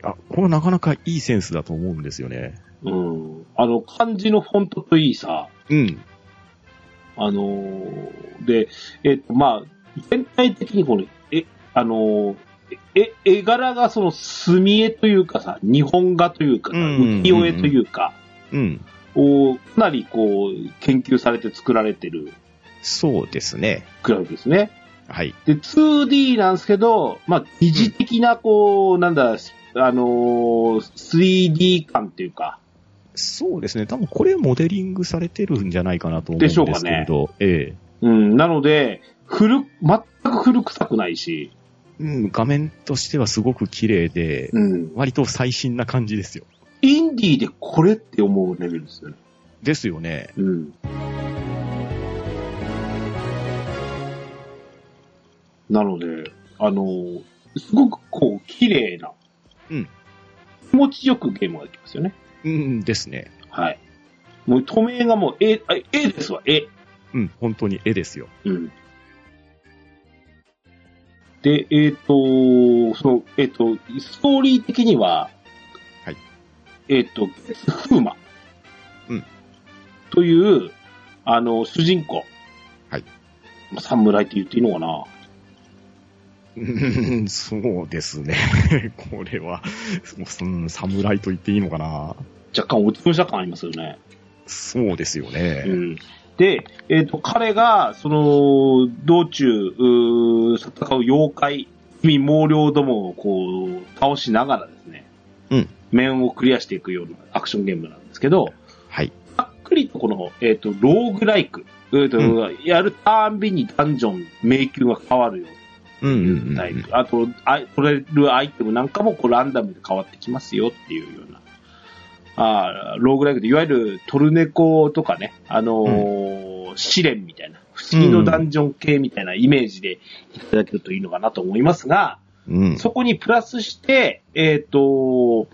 Speaker 2: あ、これなかなかいいセンスだと思うんですよね。
Speaker 1: うん。あの、漢字のフォントといいさ、
Speaker 2: うん。
Speaker 1: あのーで、えっ、と、まあ、全体的にこの、え、あのーえ、絵柄がその墨絵というかさ、日本画というかさ、
Speaker 2: うんうんうん
Speaker 1: 浮世絵というか、
Speaker 2: うん。
Speaker 1: をかなりこう、研究されて作られてる
Speaker 2: そうですね。
Speaker 1: クラブですね。
Speaker 2: はい。
Speaker 1: で、2D なんですけど、まあ、疑似的なこう、なんだ、あのー 3D 感っていうか、
Speaker 2: そうですね。多分これモデリングされてるんじゃないかなと思うん
Speaker 1: で
Speaker 2: で
Speaker 1: しょ
Speaker 2: す
Speaker 1: うかね
Speaker 2: けれど。え
Speaker 1: うん、なので、古、全く古臭くないし、
Speaker 2: え。うん、画面としてはすごく綺麗で、
Speaker 1: うん、
Speaker 2: 割と最新な感じですよ。
Speaker 1: インディーでこれって思うレベルですよね。
Speaker 2: ですよね。
Speaker 1: うん。なので、あのーすごくこう、綺麗な、
Speaker 2: うん
Speaker 1: 気持ちよくゲームができますよね。
Speaker 2: うん、ですね。
Speaker 1: はい。もう、透明がもう、絵、あ絵ですわ、絵。
Speaker 2: うん、本当に絵ですよ。
Speaker 1: うん。で、えっ、と、その、えっ、と、ストーリー的には、
Speaker 2: はい。
Speaker 1: えっ、と、風魔。
Speaker 2: うん。
Speaker 1: という、あの、主人公。
Speaker 2: はい。
Speaker 1: 侍って言っていいのかな
Speaker 2: うんそうですね。 これは、うん、侍と言っていいのかな。
Speaker 1: 若干落ち武者感ありますよね。
Speaker 2: そうですよね。
Speaker 1: うん。で、えっ、と、彼が、その、道中、うー戦う妖怪、罪猛領どもをこう、倒しながらですね、
Speaker 2: うん。
Speaker 1: 面をクリアしていくようなアクションゲームなんですけど、
Speaker 2: はい。
Speaker 1: ざっくりとこの、えっ、と、ローグライク、えーと
Speaker 2: う
Speaker 1: やるたんびにダンジョン、迷宮が変わるよ
Speaker 2: うん
Speaker 1: と
Speaker 2: う
Speaker 1: いうタイプ。あとあ、取れるアイテムなんかもこうランダムで変わってきますよっていうような。あーローグライクで、いわゆるトルネコとかね、あのー試練みたいな、不思議のダンジョン系みたいなイメージでいただけるといいのかなと思いますが、
Speaker 2: うん
Speaker 1: そこにプラスして、えっ、と、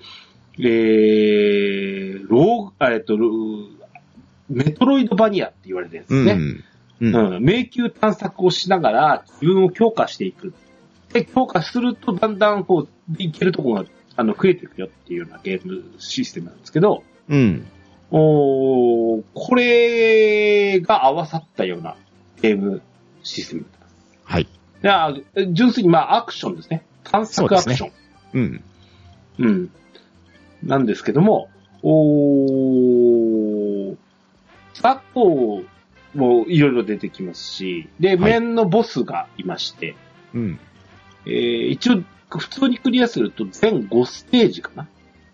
Speaker 1: えー、ロー、えっ、と、ローメトロイドバニアって言われてるんですね。
Speaker 2: うん。
Speaker 1: う
Speaker 2: うん
Speaker 1: ん、迷宮探索をしながら自分を強化していく。で、強化するとだんだんこう、いけるところが、あの、増えていくよっていうようなゲームシステムなんですけど、
Speaker 2: うん。
Speaker 1: おーこれが合わさったようなゲームシステム。
Speaker 2: はい。
Speaker 1: いや、純粋にまあアクションですね。探索アクション。
Speaker 2: うん。
Speaker 1: うん。なんですけども、おー雑魚もいろいろ出てきますし、で、
Speaker 2: はい
Speaker 1: 面のボスがいまして、
Speaker 2: うん。
Speaker 1: えー一応、普通にクリアすると全5ステージかな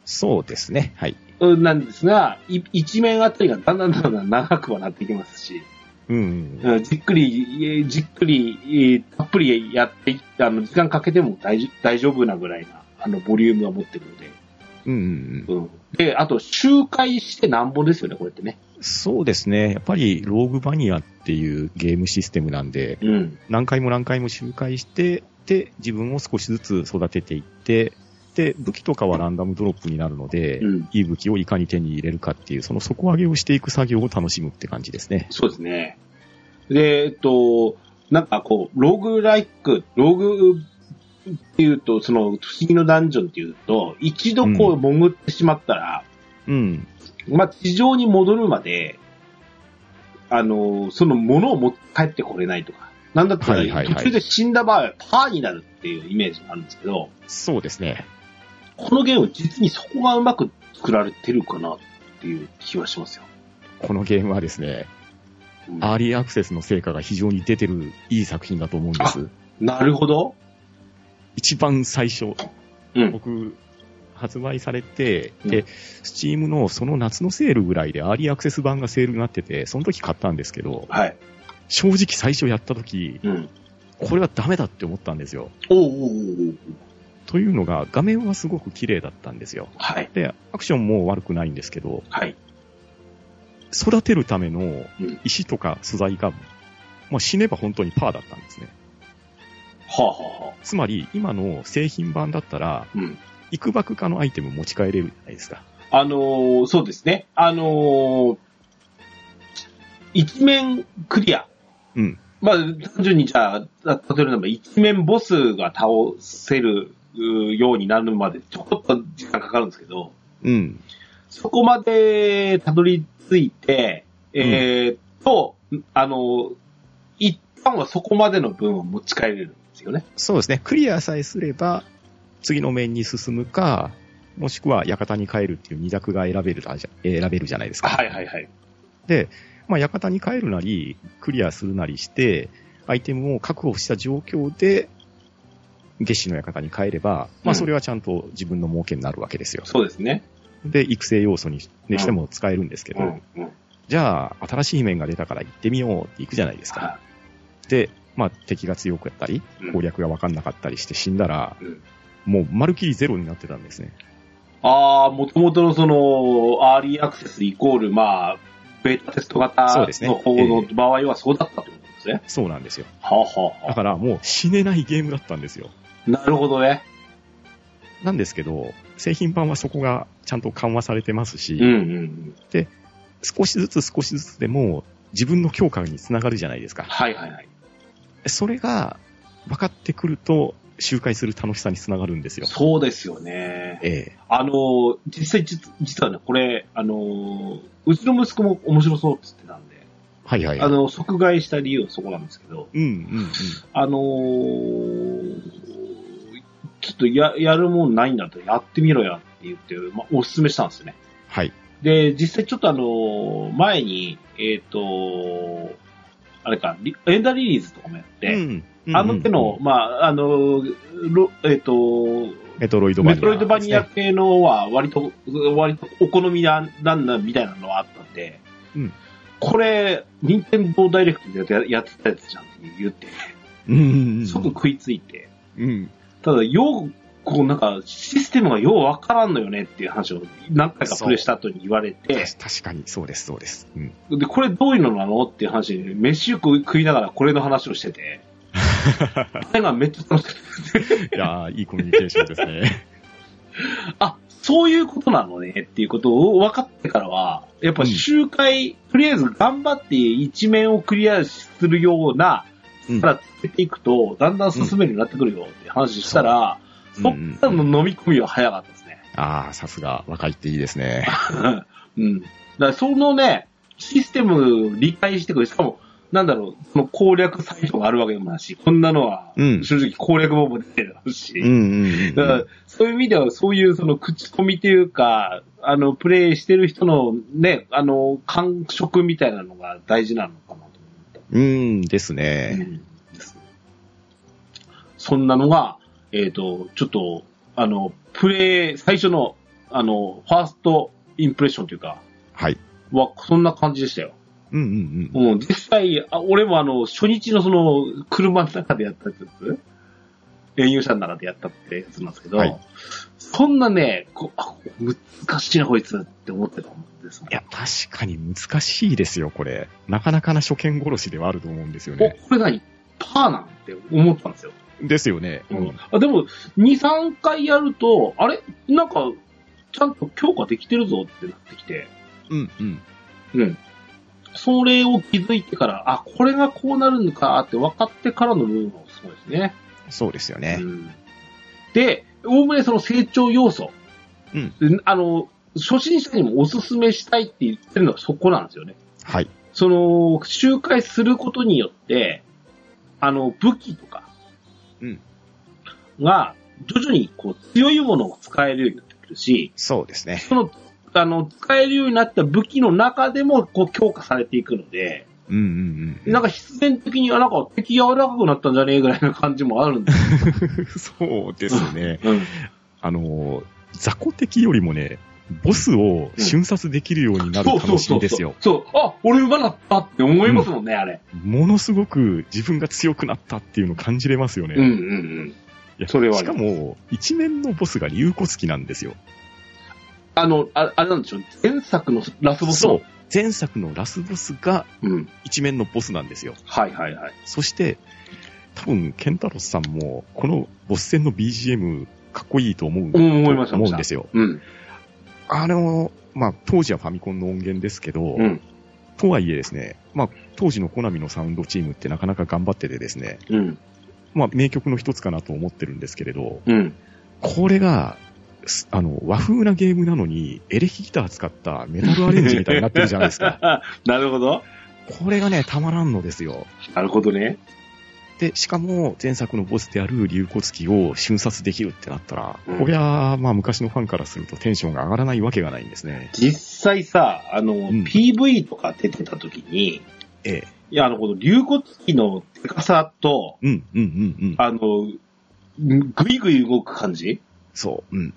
Speaker 2: そうですね。はい。
Speaker 1: うんなんですが、い一面あたりがだんだんだんだん長くはなってきますし、
Speaker 2: うん。
Speaker 1: うんじっくり、えーじっくり、えーたっぷりやっていあの、時間かけても大丈大丈夫なぐらいな、あの、ボリュームは持ってるので、
Speaker 2: うん。
Speaker 1: うん。で、あと、周回してなんぼですよね、これってね。
Speaker 2: そうですね。やっぱり、ローグバニアっていうゲームシステムなんで、
Speaker 1: うん。
Speaker 2: 何回も何回も周回して、で、自分を少しずつ育てていって、って武器とかはランダムドロップになるので、
Speaker 1: うん。
Speaker 2: いい武器をいかに手に入れるかっていう、その底上げをしていく作業を楽しむって感じですね。
Speaker 1: そうですね。で、えっと、なんかこう、ローグライク、ローグっていうと、その、不思議のダンジョンっていうと、一度こ
Speaker 2: う
Speaker 1: う潜ってしまったら、
Speaker 2: うん。
Speaker 1: まあ、地上に戻るまで、あの、その物を持って帰ってこれないとか、なんだったら、
Speaker 2: はいはいはい
Speaker 1: 途中で死んだ場合はパーになるっていうイメージがあるんですけど、
Speaker 2: そうですね。
Speaker 1: このゲーム実にそこがうまく作られてるかなっていう気はしますよ。
Speaker 2: このゲームはですね、
Speaker 1: うん
Speaker 2: アーリーアクセスの成果が非常に出てるいい作品だと思うんです。
Speaker 1: なるほど。
Speaker 2: 一番最初、
Speaker 1: うん
Speaker 2: 僕、発売されて、
Speaker 1: うん
Speaker 2: で、スチームのその夏のセールぐらいでアーリーアクセス版がセールになってて、その時買ったんですけど、
Speaker 1: はい。
Speaker 2: 正直最初やった時、
Speaker 1: うん。
Speaker 2: これはダメだって思ったんですよ。
Speaker 1: おうおうおうおう
Speaker 2: というのが、画面はすごく綺麗だったんですよ。
Speaker 1: はい。
Speaker 2: で、アクションも悪くないんですけど、
Speaker 1: はい。
Speaker 2: 育てるための
Speaker 1: うん
Speaker 2: 石とか素材が、まあ、死ねば本当にパーだったんですね。
Speaker 1: はあ、はあはあ、
Speaker 2: つまり、今の製品版だったら、
Speaker 1: うん。
Speaker 2: 幾ばくかのアイテム持ち帰れるじゃないですか。
Speaker 1: あのーそうですね。あのー一面クリア。
Speaker 2: うん。
Speaker 1: まあ、単純にじゃあ、例えば一面ボスが倒せるうようになるまでちょこっと時間かかるんですけど、
Speaker 2: うん。
Speaker 1: そこまでたどり着いて、えーっと、あのー一旦はそこまでの分を持ち帰れるんですよね。
Speaker 2: そうですね。クリアさえすれば、次の面に進むか、もしくは館に帰るっていう二択が選べるだじゃ選べるじゃないですか。
Speaker 1: はいはいはい。
Speaker 2: で、まあ、館に帰るなり、クリアするなりして、アイテムを確保した状況で、下死の館に帰れば、ま
Speaker 1: う
Speaker 2: あ、
Speaker 1: ん
Speaker 2: それはちゃんと自分の儲けになるわけですよ。
Speaker 1: そうですね。
Speaker 2: で、育成要素にねしても使えるんですけど、
Speaker 1: うん。うん。
Speaker 2: じゃあ、新しい面が出たから行ってみようって行くじゃないですか。
Speaker 1: は
Speaker 2: で、まあ、敵が強くやったり、
Speaker 1: い。うん
Speaker 2: 攻略が分かんなかったりして死んだら、
Speaker 1: うん
Speaker 2: もう、まるっきりゼロになってたんですね。
Speaker 1: ああ、もともとのその、アーリーアクセスイコール、まあ、ベータテスト
Speaker 2: そう
Speaker 1: 型
Speaker 2: ですね
Speaker 1: の方の場合はそうだったってことですね。
Speaker 2: そうなんですよ。
Speaker 1: はあ、はあ
Speaker 2: だ
Speaker 1: は
Speaker 2: から、もう死ねないゲームだったんですよ。
Speaker 1: あ、なるほどね。
Speaker 2: なんですけど、製品版はそこがちゃんと緩和されてますし、
Speaker 1: うんうんうん。
Speaker 2: 少しずつ少しずつでも自分の強化につながるじゃないですか。
Speaker 1: はいはいはい。
Speaker 2: それが分かってくると周回する楽しさにつながるんですよ。
Speaker 1: そうですよね。
Speaker 2: ええ。
Speaker 1: あの、実際、実実はね、これ、あの、うちの息子も面白そうって言ってたんで、
Speaker 2: はいはい。
Speaker 1: あ、の、即買いした理由はそこなんですけど、
Speaker 2: うんうんうん。
Speaker 1: あのーちょっとや、やるもんないんだったらやってみろやって言って、まあ、おすすめしたんですよね。
Speaker 2: はい。
Speaker 1: で、実際ちょっとあの、前に、えっ、と、あれか、リエンダーリリースとかもやって、
Speaker 2: うん
Speaker 1: あの手の、、まあ、あの、ロえっ、と、
Speaker 2: メトロイドバニア、
Speaker 1: メトロイドバニア。系のは割と、割とお好みな、なんだみたいなのはあったんで、
Speaker 2: うん
Speaker 1: これ、任天堂ダイレクトでややってたやつじゃんって言って、
Speaker 2: うんうんうん。
Speaker 1: 即食いついて、
Speaker 2: うん。
Speaker 1: ただ、よう、こうなんか、システムがようわからんのよねっていう話を何回かプレイした後に言われて、
Speaker 2: た確かに、そうです、そうです。うん。
Speaker 1: で、これどういうのなのっていう話で、飯よく食いながらこれの話をして て。これがめっちゃ楽しくて
Speaker 2: いやーいいコミュニケーションですね。
Speaker 1: あ、そういうことなのねっていうことを分かってからは、やっぱ周回、とりあえず頑張って一面をクリアするような、
Speaker 2: うん
Speaker 1: からつけていくと、だんだん進めるようになってくるよって話したら、そ
Speaker 2: うん
Speaker 1: っからの飲み込みは早かったですね。
Speaker 2: ああ、さすが、若いっていいですね。
Speaker 1: うん。だからそのね、システムを理解してくる。しかも、なんだろう、その攻略サイトがあるわけでもないし、こんなのは、
Speaker 2: うん
Speaker 1: 正直攻略本も出てるだろうし。
Speaker 2: うんうんうんうん。
Speaker 1: だからそういう意味では、そういうその口コミというか、あの、プレイしてる人のね、あの、感触みたいなのが大事なのかなと思った。
Speaker 2: うんですね。
Speaker 1: ですそんなのが、えっ、と、ちょっと、あの、プレイ、最初の、あの、ファーストインプレッションというか、
Speaker 2: はい。
Speaker 1: は、そんな感じでしたよ。
Speaker 2: うんうんうん。
Speaker 1: うん、実際、あ俺もあの、初日のその、車の中でやったやつ、営業車の中でやったってやつなんですけど、
Speaker 2: はい
Speaker 1: そんなね、こあ難しいなこいつって思ってたんですね
Speaker 2: いや、確かに難しいですよ、これ。なかなかな初見殺しではあると思うんですよ
Speaker 1: お、
Speaker 2: ね。
Speaker 1: これ何パーなんって思ったんですよ。
Speaker 2: ですよね。
Speaker 1: うんあでも、2、3回やると、あれなんか、ちゃんと強化できてるぞってなってきて、
Speaker 2: うん、うん。
Speaker 1: うん。それを気づいてから、あ、これがこうなるのかって分かってからのムーブもすごいですね。
Speaker 2: そうですよね
Speaker 1: う。んで、おおむねその成長要素。
Speaker 2: うん
Speaker 1: あの、初心者にもおすすめしたいって言ってるのがそこなんですよね。
Speaker 2: はい。
Speaker 1: その、周回することによって、あの、武器とか、
Speaker 2: うん
Speaker 1: が、徐々にこう、強いものを使えるようになってくるし、
Speaker 2: そうですね。
Speaker 1: その、あの、使えるようになった武器の中でも、こう、強化されていくので、
Speaker 2: うん、うん、うん。
Speaker 1: なんか必然的に、あなんか敵柔らかくなったんじゃねえぐらいな感じもあるんです
Speaker 2: そうですね。
Speaker 1: うん。
Speaker 2: あの、雑魚敵よりもね、ボスを瞬殺できるようになる楽しみですよ。
Speaker 1: そうそうそうそう。あ、俺馬だったって思いますもんね、あれ。
Speaker 2: ものすごく自分が強くなったっていうのを感じれますよね。
Speaker 1: うんうん
Speaker 2: い
Speaker 1: うん。
Speaker 2: や
Speaker 1: それはあ
Speaker 2: し
Speaker 1: る
Speaker 2: かも、一面のボスが竜骨機なんですよ。
Speaker 1: あの、ああれなんでしょう。前作のラスボス
Speaker 2: そ
Speaker 1: の
Speaker 2: う。前作のラスボスが
Speaker 1: うん。
Speaker 2: 一面のボスなんですよ。
Speaker 1: はいはいはい。
Speaker 2: そして、多分、ケンタロスさんも、このボス戦の BGM、かっこいいと思う、
Speaker 1: ん思いました
Speaker 2: 思うんですよ。
Speaker 1: うん。
Speaker 2: あの、まあ、当時はファミコンの音源ですけど、
Speaker 1: うん。
Speaker 2: とはいえですね、まあ、当時のコナミのサウンドチームってなかなか頑張っててですね、
Speaker 1: うん。
Speaker 2: まあ、名曲の一つかなと思ってるんですけれど、
Speaker 1: うん。
Speaker 2: これが、すあの、和風なゲームなのに、エレキギター使ったメタルアレンジみたいになってるじゃないで すか。
Speaker 1: なるほど。
Speaker 2: これがね、たまらんのですよ。
Speaker 1: なるほどね。
Speaker 2: で、しかも前作のボスである竜骨機を瞬殺できるってなったら、
Speaker 1: うん
Speaker 2: こりゃあ、まあ昔のファンからするとテンションが上がらないわけがないんですね。
Speaker 1: 実際さ、あの、
Speaker 2: ん
Speaker 1: PV とか出てた時に、
Speaker 2: ええ。
Speaker 1: いや、あの、この竜骨機のデカさと、
Speaker 2: うん、うん、うん、うん。
Speaker 1: あの、ぐいぐい動く感じ
Speaker 2: そう、うん、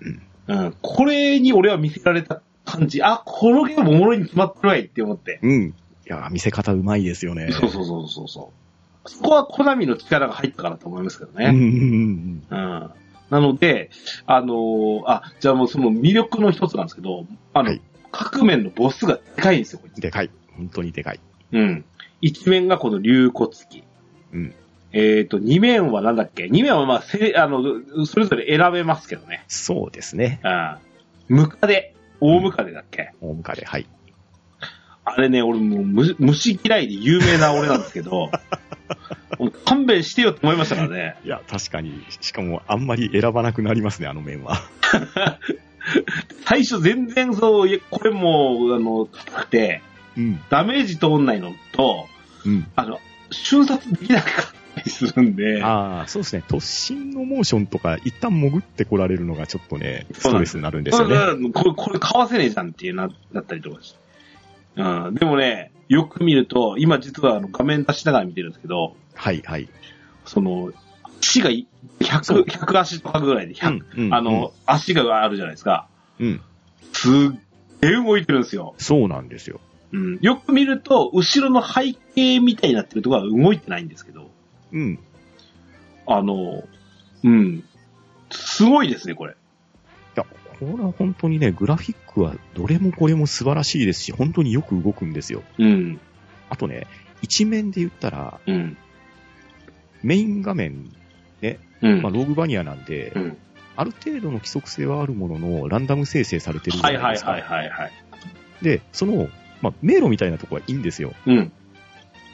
Speaker 2: うん。
Speaker 1: うん。これに俺は見せられた感じ。あ、このゲームおもろいに決まってるわいって思って。
Speaker 2: うん。いやー、見せ方うまいですよね。
Speaker 1: そうそうそうそうそう。そこはコナミの力が入ったからと思いますけど
Speaker 2: うん、
Speaker 1: ね。
Speaker 2: うん、う
Speaker 1: う
Speaker 2: ん
Speaker 1: ん。なので、あのーあ、じゃあもうその魅力の一つなんですけど、あの、
Speaker 2: はい
Speaker 1: 各面のボスがでかいんですよ、こい
Speaker 2: うん。
Speaker 1: つ。
Speaker 2: でかい。本当にでかい。
Speaker 1: うん。一面がこの竜骨機。
Speaker 2: うん。
Speaker 1: えっ、と、二面はなんだっけ二面はまあ、せ、あの、それぞれ選べますけどね。
Speaker 2: そうですね。
Speaker 1: うん。ムカデ。大ムカデだっけ、
Speaker 2: 大向かで、はい。
Speaker 1: あれね、俺もうむ虫嫌いで有名な俺なんです けど、もう勘弁してよって思いましたからね。
Speaker 2: いや、確かに、しかもあんまり選ばなくなりますね、あの面は。
Speaker 1: 最初全然そう、いやこれもう、あの、硬くて、
Speaker 2: うん、
Speaker 1: ダメージ通んないのと、
Speaker 2: うん。
Speaker 1: あの、瞬殺できなかったりするんで、
Speaker 2: ああ、そうですね。突進のモーションとか、一旦潜ってこられるのがちょっとね、
Speaker 1: そ
Speaker 2: ス
Speaker 1: うな
Speaker 2: ト
Speaker 1: んで
Speaker 2: レ
Speaker 1: す
Speaker 2: スになるんですよね。
Speaker 1: うんこれ、これ買わせねえじゃんっていうな、なったりとかして。うん、でもね、よく見ると、今実はあの画面出しながら見てるんですけど、
Speaker 2: はい、はい。
Speaker 1: その、足がい100、100足とかぐらいで、100、
Speaker 2: うん
Speaker 1: あの、、足があるじゃないですか。
Speaker 2: うんうん。
Speaker 1: すっげえ動いてるんですよ。
Speaker 2: そうなんですよ。
Speaker 1: うん。よく見ると、後ろの背景みたいになってるところは動いてないんですけど、
Speaker 2: うん。
Speaker 1: あの、うん。すごいですね、これ。
Speaker 2: いや、これは本当にね、グラフィックはどれもこれも素晴らしいですし、本当によく動くんですよ。
Speaker 1: うん。
Speaker 2: あとね、一面で言ったら、
Speaker 1: うん。
Speaker 2: メイン画面、
Speaker 1: うん。
Speaker 2: まあ、ローグバニアなんで、
Speaker 1: うん
Speaker 2: ある程度の規則性はあるものの、ランダム生成されてるじゃ
Speaker 1: はい
Speaker 2: ない
Speaker 1: はい
Speaker 2: ですか。
Speaker 1: はいはいはい。
Speaker 2: で、その、まあ、迷路みたいなとこはいいんですよ。
Speaker 1: うん。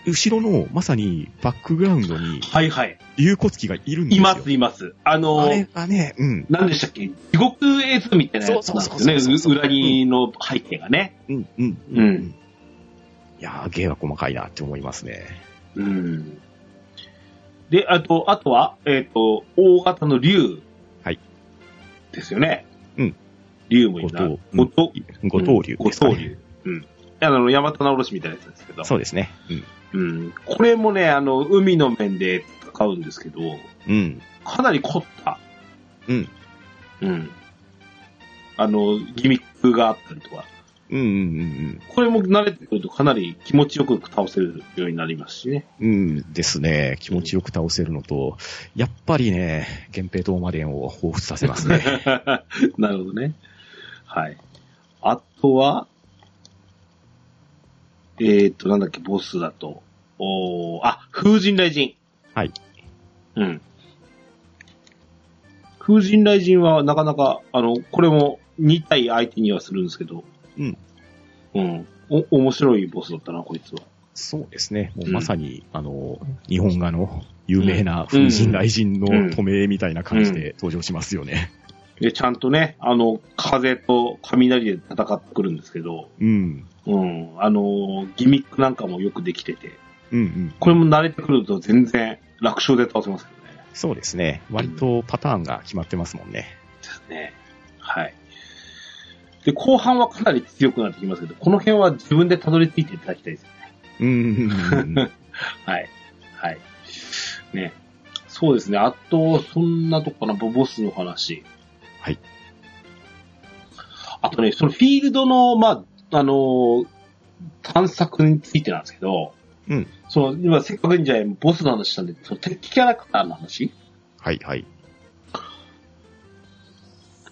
Speaker 2: 後ろの、まさに、バックグラウンドに、
Speaker 1: はいはい。
Speaker 2: 竜骨機がいるんです
Speaker 1: い
Speaker 2: よ。
Speaker 1: ますいます。あ
Speaker 2: あ
Speaker 1: の、
Speaker 2: れがね、うん、
Speaker 1: 何でしたっけ地獄絵図みたいなやつなんです
Speaker 2: そうそうそうそ
Speaker 1: よ
Speaker 2: う
Speaker 1: ね。う裏にの背景がね。
Speaker 2: うん、うん、
Speaker 1: うん
Speaker 2: うん。いやー、芸は細かいなって思いますね。
Speaker 1: うん。で、あと、あとは、えっ、と、大型の竜。
Speaker 2: はい。
Speaker 1: ですよね。
Speaker 2: うん。
Speaker 1: 竜もい
Speaker 2: 五
Speaker 1: るな。
Speaker 2: 刀、
Speaker 1: 五刀、
Speaker 2: 五刀流
Speaker 1: 五
Speaker 2: ですか
Speaker 1: 刀
Speaker 2: ね。
Speaker 1: 竜。うん。あの、山田直しみたいなやつですけど。
Speaker 2: そうですね。うん。
Speaker 1: うん。これもね、あの、海の面で戦うんですけど、
Speaker 2: うん。
Speaker 1: かなり凝った。
Speaker 2: うん。
Speaker 1: うん。あの、ギミックがあったりとか。
Speaker 2: うん、うん、
Speaker 1: これも慣れてくるとかなり気持ちよく倒せるようになりますしね。
Speaker 2: うん。うんですね。気持ちよく倒せるのと、やっぱりね、源平東馬伝を彷彿させます ね。
Speaker 1: なるほどね。はい。あとは、えー、っと、なんだっけ、ボスだと。おーあ、風神雷神。
Speaker 2: はい。
Speaker 1: うん。風神雷神はなかなか、あの、これも2体相手にはするんですけど、
Speaker 2: うん。
Speaker 1: うん。お、面白いボスだったな、こいつは。
Speaker 2: そうですね。もううんまさに、あの、日本画の有名な風神雷神の
Speaker 1: うん
Speaker 2: 止めみたいな感じで登場しますよね。
Speaker 1: で、ちゃんとね、あの、風と雷で戦ってくるんですけど、
Speaker 2: うん。
Speaker 1: うん。あの、ギミックなんかもよくできてて、
Speaker 2: うんうん。
Speaker 1: これも慣れてくると全然楽勝で倒せますけどね。
Speaker 2: そうですね。割とパターンが決まってますもんね。
Speaker 1: ですね。はい。で、後半はかなり強くなってきますけど、この辺は自分でたどり着いていただきたいですね。
Speaker 2: うんうん うんうん。
Speaker 1: はい。はい。ね。そうですね。あと、そんなとこかな、ボボスの話。
Speaker 2: はい。
Speaker 1: あとね、そのフィールドの、まあ、あのー探索についてなんですけど、
Speaker 2: うん。
Speaker 1: その、今、せっかくじゃないボスの話したんで、その敵キャラクターの話
Speaker 2: はいはい。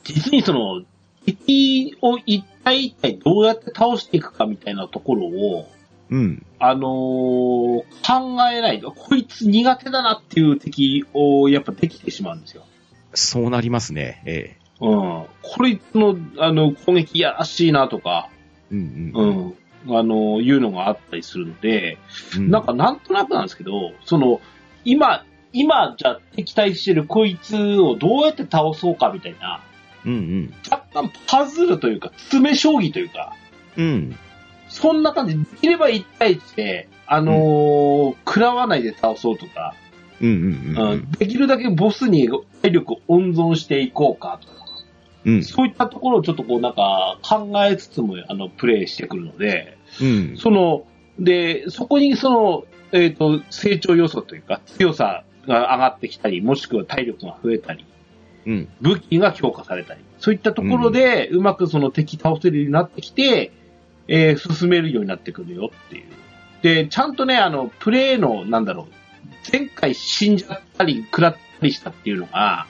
Speaker 1: 実にその、敵を一体一体どうやって倒していくかみたいなところを、
Speaker 2: うん。
Speaker 1: あのー考えないと、こいつ苦手だなっていう敵をやっぱできてしまうんですよ。
Speaker 2: そうなりますね。え
Speaker 1: うん。こいつの、あの、攻撃いやらしいなとか、
Speaker 2: え。うんう。
Speaker 1: うんん。あの、いうのがあったりするので、
Speaker 2: うん
Speaker 1: なんかなんとなくなんですけど、その、今、今じゃあ敵対してるこいつをどうやって倒そうかみたいな、
Speaker 2: うん
Speaker 1: 若干パズルというか、詰め将棋というか、
Speaker 2: うん。うん。
Speaker 1: そんな感じ、できれば一対一で、あのー食らわないで倒そうとか、
Speaker 2: うんうん
Speaker 1: うんできるだけボスに体力を温存していこうかとか、
Speaker 2: うん。うん。
Speaker 1: そういったところをちょっとこうなんか考えつつもあのプレイしてくるので、
Speaker 2: うん。
Speaker 1: その、で、そこにその、えっ、と、成長要素というか、強さが上がってきたり、もしくは体力が増えたり、
Speaker 2: うん。
Speaker 1: 武器が強化されたり、そういったところで、うまくその敵倒せるようになってきて、えー進めるようになってくるよっていう。で、ちゃんとね、あの、プレイの、なんだろう、前回死んじゃったり、食らったりしたっていうのが、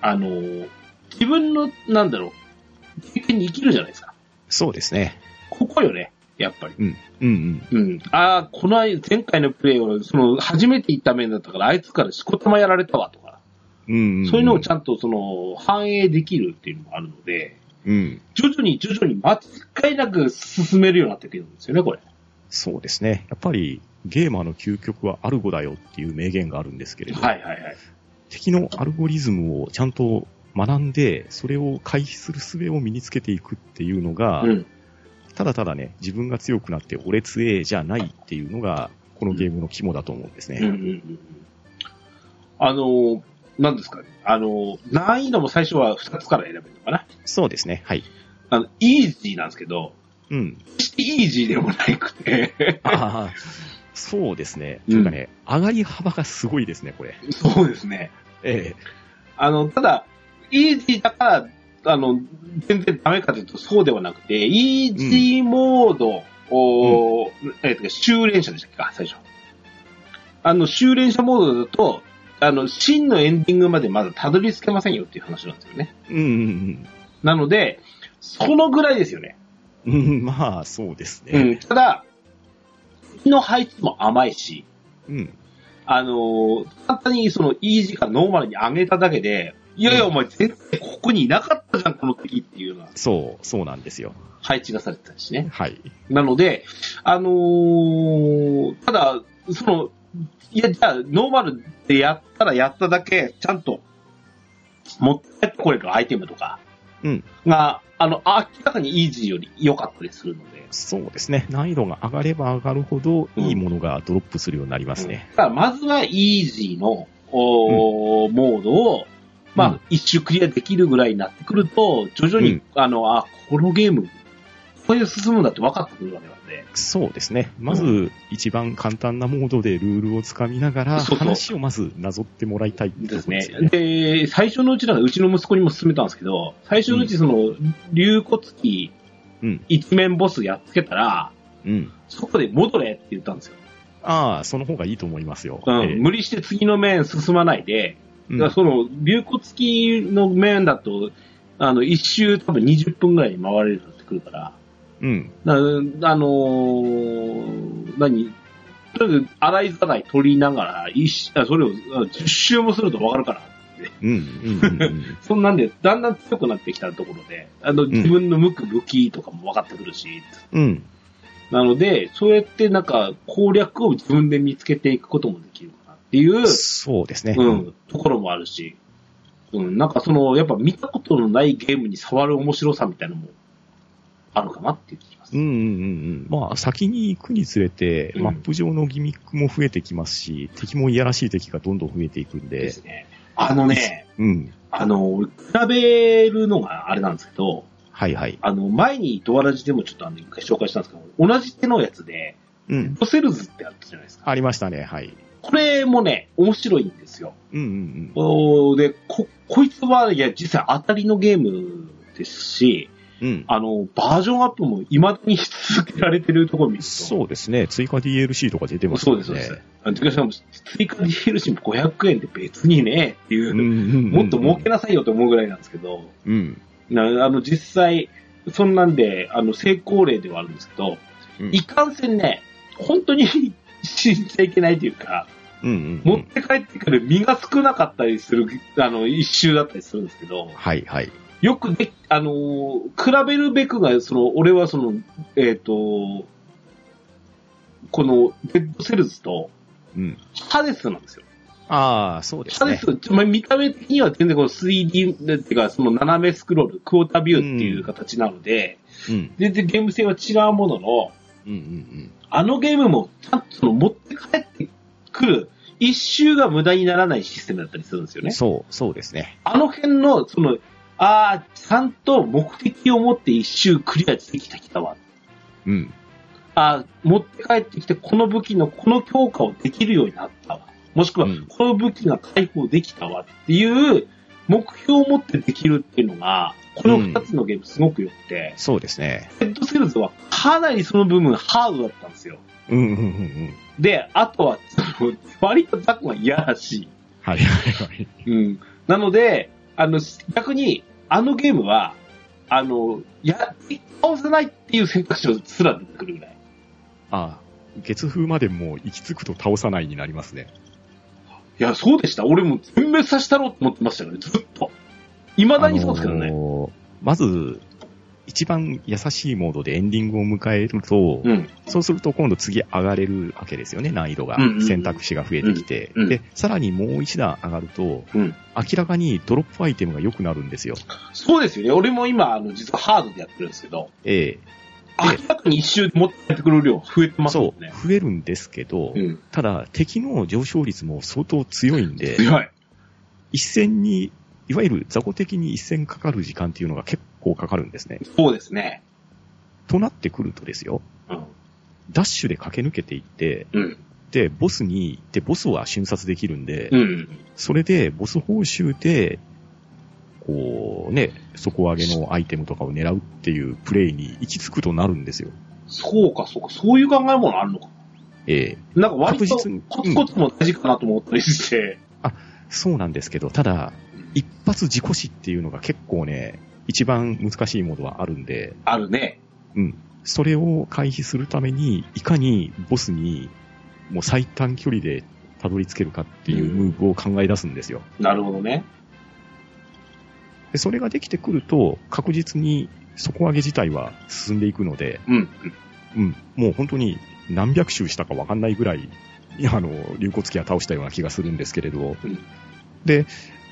Speaker 1: あの、自分の、なんだろう、経験に生きるじゃないですか。
Speaker 2: そうですね。
Speaker 1: ここよね、やっぱり。
Speaker 2: うん。うん
Speaker 1: うん。ああ、この間前回のプレイを、その、初めて行った面だったから、あいつからしこたまやられたわとか。
Speaker 2: うん。うんん。
Speaker 1: そういうのをちゃんとその反映できるっていうのもあるので、
Speaker 2: うん。
Speaker 1: 徐々に徐々に間違いなく進めるようになってくるんですよね、これ。
Speaker 2: そうですね。やっぱり、ゲーマーの究極はアルゴだよっていう名言があるんですけれど、
Speaker 1: はいはいはい。
Speaker 2: 敵のアルゴリズムをちゃんと学んで、それを回避する術を身につけていくっていうのが、
Speaker 1: うん。
Speaker 2: ただただね、自分が強くなって俺強えじゃないっていうのが、このゲームの肝だと思うんです
Speaker 1: うんうんう
Speaker 2: ね。
Speaker 1: んうん。あの、なんですかね。あの、難易度も最初は2つから選べるのかな。
Speaker 2: そうですね。はい。
Speaker 1: あの、イージーなんですけど、
Speaker 2: うん。
Speaker 1: 決してイージーでもなくて。
Speaker 2: ああ、そうですね。
Speaker 1: うん
Speaker 2: というかね、上がり幅がすごいですね、これ。
Speaker 1: そうですね。
Speaker 2: ええ。
Speaker 1: あの、ただ、イージーだから、あの、全然ダメかというとそうではなくて、イージーモードを、えっと、修練者でしたっけか、最初。あの、修練者モードだと、あの、真のエンディングまでまだたどり着けませんよっていう話なんですよね。
Speaker 2: うんうん
Speaker 1: なので、そのぐらいですよね。
Speaker 2: うん。うん、まあ、そうです
Speaker 1: う
Speaker 2: ね。
Speaker 1: ん。ただ、敵の配置も甘いし、
Speaker 2: うん。
Speaker 1: あのー簡単にそのイージーかノーマルに上げただけで、いやいや、お前絶対ここにいなかったじゃん、この敵っていうような
Speaker 2: そう、そうなんですよ。
Speaker 1: 配置がされてたしね。
Speaker 2: はい。
Speaker 1: なので、あのーただ、その、いや、じゃあ、ノーマルでやったらやっただけ、ちゃんと、持ってこれるアイテムとか
Speaker 2: うん。
Speaker 1: が、あの、明らかにイージーより良かったりするので、
Speaker 2: そうですね。難易度が上がれば上がるほど、
Speaker 1: うん
Speaker 2: いいものがドロップするようになりますね。
Speaker 1: だからまずはイージーの、おーモードを、まあ、
Speaker 2: うん
Speaker 1: 一周クリアできるぐらいになってくると、徐々に、
Speaker 2: うん
Speaker 1: あの、あ、このゲーム、これで進むんだって分かってくるわけなんで、
Speaker 2: そうですね。ま
Speaker 1: う
Speaker 2: ず、一番簡単なモードでルールをつかみながら、
Speaker 1: そうそう
Speaker 2: 話をまずなぞってもらいたいってと
Speaker 1: で
Speaker 2: こ
Speaker 1: す
Speaker 2: ろ
Speaker 1: ね
Speaker 2: ですよね。。
Speaker 1: で、最初のうちなんか、うちの息子にも勧めたんですけど、最初のうち、その、竜骨機
Speaker 2: うん。
Speaker 1: 一面ボスやっつけたら、
Speaker 2: うん。
Speaker 1: そこで戻れって言ったんですよ。
Speaker 2: ああ、その方がいいと思いますよ。
Speaker 1: うん
Speaker 2: ええ
Speaker 1: 無理して次の面進まないで、
Speaker 2: うん
Speaker 1: だからその、竜骨機の面だと、あの、一周多分20分ぐらいに回れるようになってくるから、
Speaker 2: うん。
Speaker 1: なあのー何とりあえず洗いざらい取りながら、一周あそれをあ10周もすると分かるからってって。
Speaker 2: うん、うん、うんうん。
Speaker 1: そんなんで、だんだん強くなってきたところで、あの、自分の向く武器とかも分かってくるし、
Speaker 2: うん。
Speaker 1: なので、そうやってなんか攻略を自分で見つけていくこともできるかなっていう、
Speaker 2: そうですね。
Speaker 1: う。ん、ところもあるし、うん、なんかその、やっぱ見たことのないゲームに触る面白さみたいなのもあるかなっていう気がします。
Speaker 2: うん、うん、うん。まあ、先に行くにつれて、
Speaker 1: うん
Speaker 2: マップ上のギミックも増えてきますし、敵もいやらしい敵がどんどん増えていくん
Speaker 1: で
Speaker 2: で、
Speaker 1: すね。あのね、
Speaker 2: うん。
Speaker 1: あの、俺比べるのがあれなんですけど、
Speaker 2: はいはい。
Speaker 1: あの、前にドアラジでもちょっとあの、一回紹介したんですけど、同じ手のやつで、
Speaker 2: うん。
Speaker 1: ドセルズってあったじゃないですか。
Speaker 2: ありましたね、はい。
Speaker 1: これもね、面白いんですよ。
Speaker 2: うん、うん、
Speaker 1: おーで、こ、こいつは、いや、実際当たりのゲームですし、
Speaker 2: うん。うん。
Speaker 1: あの、バージョンアップも未だにし続けられてるところ見ると。
Speaker 2: そうですね。追加 DLC とか出てます
Speaker 1: そう
Speaker 2: もん
Speaker 1: で
Speaker 2: ね。
Speaker 1: す、そうです。あのてかしかも追加 DLC も500円で別にね、っていうう、
Speaker 2: んうんうんうん
Speaker 1: もっと儲けなさいよと思うぐらいなんですけど、
Speaker 2: うん。
Speaker 1: なあの、実際、そんなんで、あの、成功例ではあるんですけど、
Speaker 2: うん
Speaker 1: いかんせんね、本当に 信じちゃいけないというか、
Speaker 2: うんうんう
Speaker 1: 持っ
Speaker 2: ん。
Speaker 1: て帰ってくる身が少なかったりする、あの、一周だったりするんですけど、
Speaker 2: はいはい。
Speaker 1: よくで、あのー比べるべくが、その、俺はその、えっ、と、この、デッドセルズと、
Speaker 2: うん。
Speaker 1: ハデスなんですよ。
Speaker 2: ああ、そうです
Speaker 1: ハデ
Speaker 2: ね。
Speaker 1: ス、まあ、見た目的には全然この 3D で、っていうか、その斜めスクロール、クォータービューっていう形なので、
Speaker 2: うん。
Speaker 1: 全然ゲーム性は違うものの、
Speaker 2: うんうん
Speaker 1: あのゲームも、ちゃんとその持って帰ってくる、一周が無駄にならないシステムだったりするんですよ
Speaker 2: うん。
Speaker 1: ね。
Speaker 2: そう、そうですね。
Speaker 1: あの辺の、その、ああ、ちゃんと目的を持って一周クリアできたきたわ。
Speaker 2: うん。
Speaker 1: ああ、持って帰ってきて、この武器のこの強化をできるようになったわ。もしくは
Speaker 2: うん、
Speaker 1: この武器が解放できたわっていう、目標を持ってできるっていうのが、この二つのゲームすごく良くて、
Speaker 2: そうですね。
Speaker 1: ヘッドセルズはかなりその部分ハードだったんですよ。
Speaker 2: うんうんうんうん。
Speaker 1: で、あとは、その割とザコがいやらしい。
Speaker 2: はいはいはい。
Speaker 1: うん。なので、あの、逆に、あのゲームは、あの、や、倒せないっていう選択肢すら出てくるぐらい。
Speaker 2: ああ、月風までもう行き着くと倒さないになりますね。
Speaker 1: いや、そうでした。俺も全滅させたろうと思ってましたよね、ずっと。未だにそうですけどね。
Speaker 2: のーまず、一番優しいモードでエンディングを迎えると、
Speaker 1: うん。
Speaker 2: そうすると今度次上がれるわけですよね、難易度が。
Speaker 1: うんうんうん
Speaker 2: 選択肢が増えてきて、
Speaker 1: うんうん
Speaker 2: で、さらにもう一段上がると、
Speaker 1: うん
Speaker 2: 明らかにドロップアイテムが良くなるんですよ。
Speaker 1: そうですよね。俺も今、あの、実はハードでやってるんですけど、
Speaker 2: え
Speaker 1: 明らかに一周持って帰ってくる量増えて
Speaker 2: え
Speaker 1: ますもん
Speaker 2: そう、
Speaker 1: ね。
Speaker 2: 増えるんですけど、
Speaker 1: うん。
Speaker 2: ただ敵の上昇率も相当強いんで、
Speaker 1: 強い。
Speaker 2: 一戦に、いわゆる雑魚的に一戦かかる時間っていうのが結構かかるんですね。
Speaker 1: そうですね。
Speaker 2: となってくるとですよ、
Speaker 1: うん。
Speaker 2: ダッシュで駆け抜けていって、
Speaker 1: うん。
Speaker 2: で、ボスに行って、ボスは瞬殺できるんで、
Speaker 1: うん。
Speaker 2: それで、ボス報酬で、こうね、底上げのアイテムとかを狙うっていうプレイに行き着くとなるんですよ。
Speaker 1: そうか、そうか。そういう考えもあるのか。
Speaker 2: ええ
Speaker 1: なんか割と
Speaker 2: 確実に
Speaker 1: コツコツも大事かなと思ったりして。
Speaker 2: そうなんですけど、ただ、一発自己死っていうのが結構ね、一番難しいものはあるんで、
Speaker 1: あるね。
Speaker 2: うん。それを回避するために、いかにボスに、もう最短距離でたどり着けるかっていうムーブを考え出すんですよ。
Speaker 1: なるほどね。
Speaker 2: でそれができてくると、確実に底上げ自体は進んでいくので、
Speaker 1: うん。
Speaker 2: うん、もう本当に何百周したかわかんないぐらい、あの、流骨機は倒したような気がするんですけれど、
Speaker 1: うん
Speaker 2: で、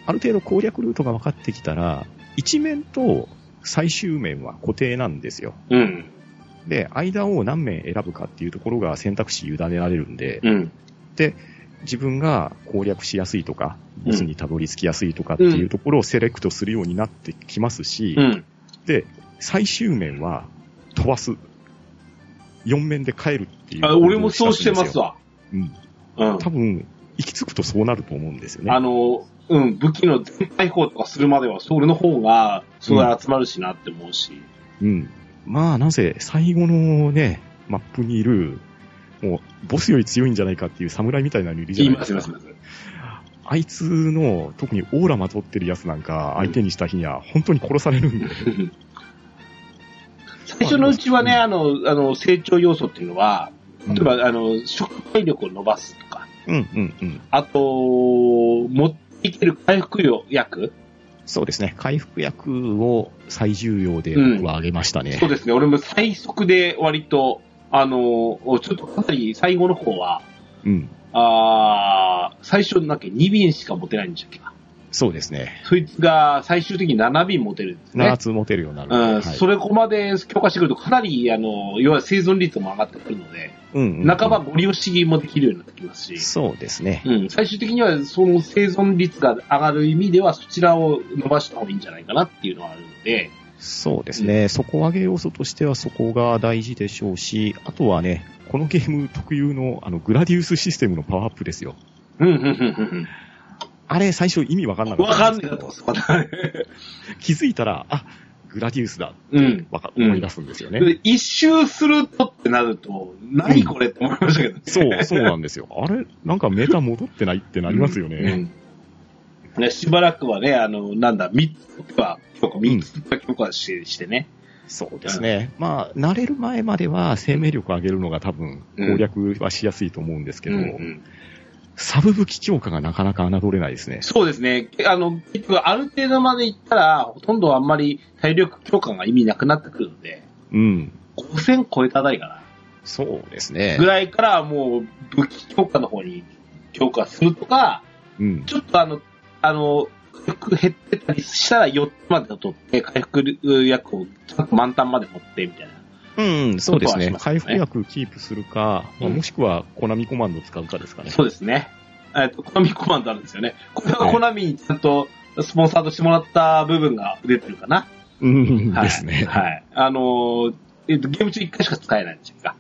Speaker 2: ある程度攻略ルートが分かってきたら、一面と最終面は固定なんですよ。
Speaker 1: うん。
Speaker 2: で、間を何面選ぶかっていうところが選択肢委ねられるんで、
Speaker 1: うん。
Speaker 2: 自分が攻略しやすいとか、
Speaker 1: うん
Speaker 2: ボスにたどり着きやすいとかっていうところをセレクトするようになってきますし、
Speaker 1: うん。
Speaker 2: で、最終面は飛ばす。4面で帰るっていう。
Speaker 1: あ俺もそうしてます。わ。
Speaker 2: うん。
Speaker 1: うん。
Speaker 2: 多分、行き着くとそうなると思うんですよ
Speaker 1: あ
Speaker 2: ね。
Speaker 1: の、うん、武器の全開放とかするまでは、それの方が、それ集まるしなって思うし。
Speaker 2: うん。まあ、なんせ、最後のね、マップにいる、もう、ボスより強いんじゃないかっていう侍みたいなのいるじ
Speaker 1: 言
Speaker 2: ゃ
Speaker 1: い
Speaker 2: ない
Speaker 1: ま、
Speaker 2: ですす
Speaker 1: 言いま
Speaker 2: か。
Speaker 1: す、 言います。
Speaker 2: あいつの、特にオーラまとってるやつなんか、
Speaker 1: うん
Speaker 2: 相手にした日には、本当に殺されるんで。
Speaker 1: 最初のうちはね、
Speaker 2: うん
Speaker 1: あの、あの、成長要素っていうのは、
Speaker 2: うん
Speaker 1: 例えば、あの、触媒力を伸ばすとか、
Speaker 2: うんうんうん。
Speaker 1: あと、持って生きる回復薬
Speaker 2: そうですね。回復薬を最重要で僕は挙げましたね。
Speaker 1: そうですね。俺も最速で割と、あのーちょっとかなり最後の方は、
Speaker 2: うん。
Speaker 1: あー最初なんか2便しか持てないんでしたっけな
Speaker 2: そうですね。
Speaker 1: そいつが最終的に7便持てるんですね
Speaker 2: 長。津持てるようになる。
Speaker 1: うん、
Speaker 2: はい
Speaker 1: それこまで強化してくるとかなり、あの、要は生存率も上がってくるので、
Speaker 2: うんうんうん
Speaker 1: 半ばご利用しもできるようになってきますし、
Speaker 2: そうですね。
Speaker 1: うん、最終的にはその生存率が上がる意味ではそちらを伸ばした方がいいんじゃないかなっていうのはあるので、
Speaker 2: そうですね。底上げ要素としてはそこが大事でしょうし、あとはね、このゲーム特有のあのグラディウスシステムのパワーアップですよ。
Speaker 1: うん、うん、うん、
Speaker 2: あれ最初意味わかん
Speaker 1: う。
Speaker 2: なんかっ
Speaker 1: わ
Speaker 2: た
Speaker 1: か
Speaker 2: ん
Speaker 1: ん
Speaker 2: で
Speaker 1: ねえ
Speaker 2: す
Speaker 1: な
Speaker 2: けど
Speaker 1: と、そこだね。
Speaker 2: 気づいたら、あ、グラディウスだって
Speaker 1: うん
Speaker 2: わか
Speaker 1: うん
Speaker 2: 思い出すんですよね。
Speaker 1: で一周するとってなると、何これって思いましたけどね。
Speaker 2: そう、そうなんですよ。あれなんかメタ戻ってないってなりますよね。
Speaker 1: うんねしばらくはね、あの、なんだ、3つは強化、3つは強化して,、してね。
Speaker 2: そうですね。まあ、慣れる前までは生命力上げるのが多分攻略はしやすいと思うんですけど、
Speaker 1: うんうん
Speaker 2: サブ武器強化がなかなか侮れないですね。
Speaker 1: そうですね。あの、結局、ある程度までいったら、ほとんどあんまり体力強化が意味なくなってくるので、
Speaker 2: うん。
Speaker 1: 5000超えたあたりかな。
Speaker 2: そうですね
Speaker 1: ぐ。らいから、もう、武器強化の方に強化するとか、
Speaker 2: うん。
Speaker 1: ちょっとあの、あの、回復減ってたりしたら4つまで取って、回復薬をちゃんと満タンまで持って、みたいな。
Speaker 2: うん、そうですね。
Speaker 1: そこはしますね
Speaker 2: 回復薬キープするか、ま
Speaker 1: う
Speaker 2: あ
Speaker 1: ん
Speaker 2: もしくはコナミコマンド使うかですかね。
Speaker 1: そうですね。えっと、コナミコマンドあるんですよね。これはコナミにちゃんとスポンサーとしてもらった部分が出てるかな。
Speaker 2: うん、
Speaker 1: はい
Speaker 2: ですね。
Speaker 1: はい。あのーえっと、ゲーム中1回しか使えないんですか。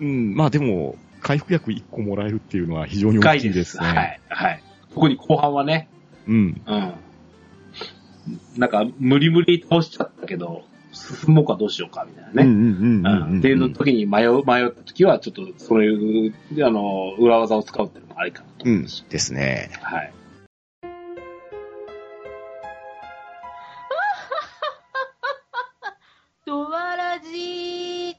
Speaker 2: うん、まあでも、回復薬1個もらえるっていうのは非常
Speaker 1: 1
Speaker 2: に大
Speaker 1: 回
Speaker 2: きい
Speaker 1: です。
Speaker 2: ですね。
Speaker 1: はい。はい。特に後半はね、
Speaker 2: うん。
Speaker 1: うん。なんか、無理無理倒しちゃったけど、進もうかどうしようかみたいな
Speaker 2: うん
Speaker 1: ね。
Speaker 2: うんうんうんうん
Speaker 1: っていうの時に迷う、迷った時は、ちょっと、そういう、あの、裏技を使うっていうのもありかなと
Speaker 2: う
Speaker 1: 思い
Speaker 2: ん
Speaker 1: ますし。
Speaker 2: ですね。
Speaker 1: はい。
Speaker 3: とわらじ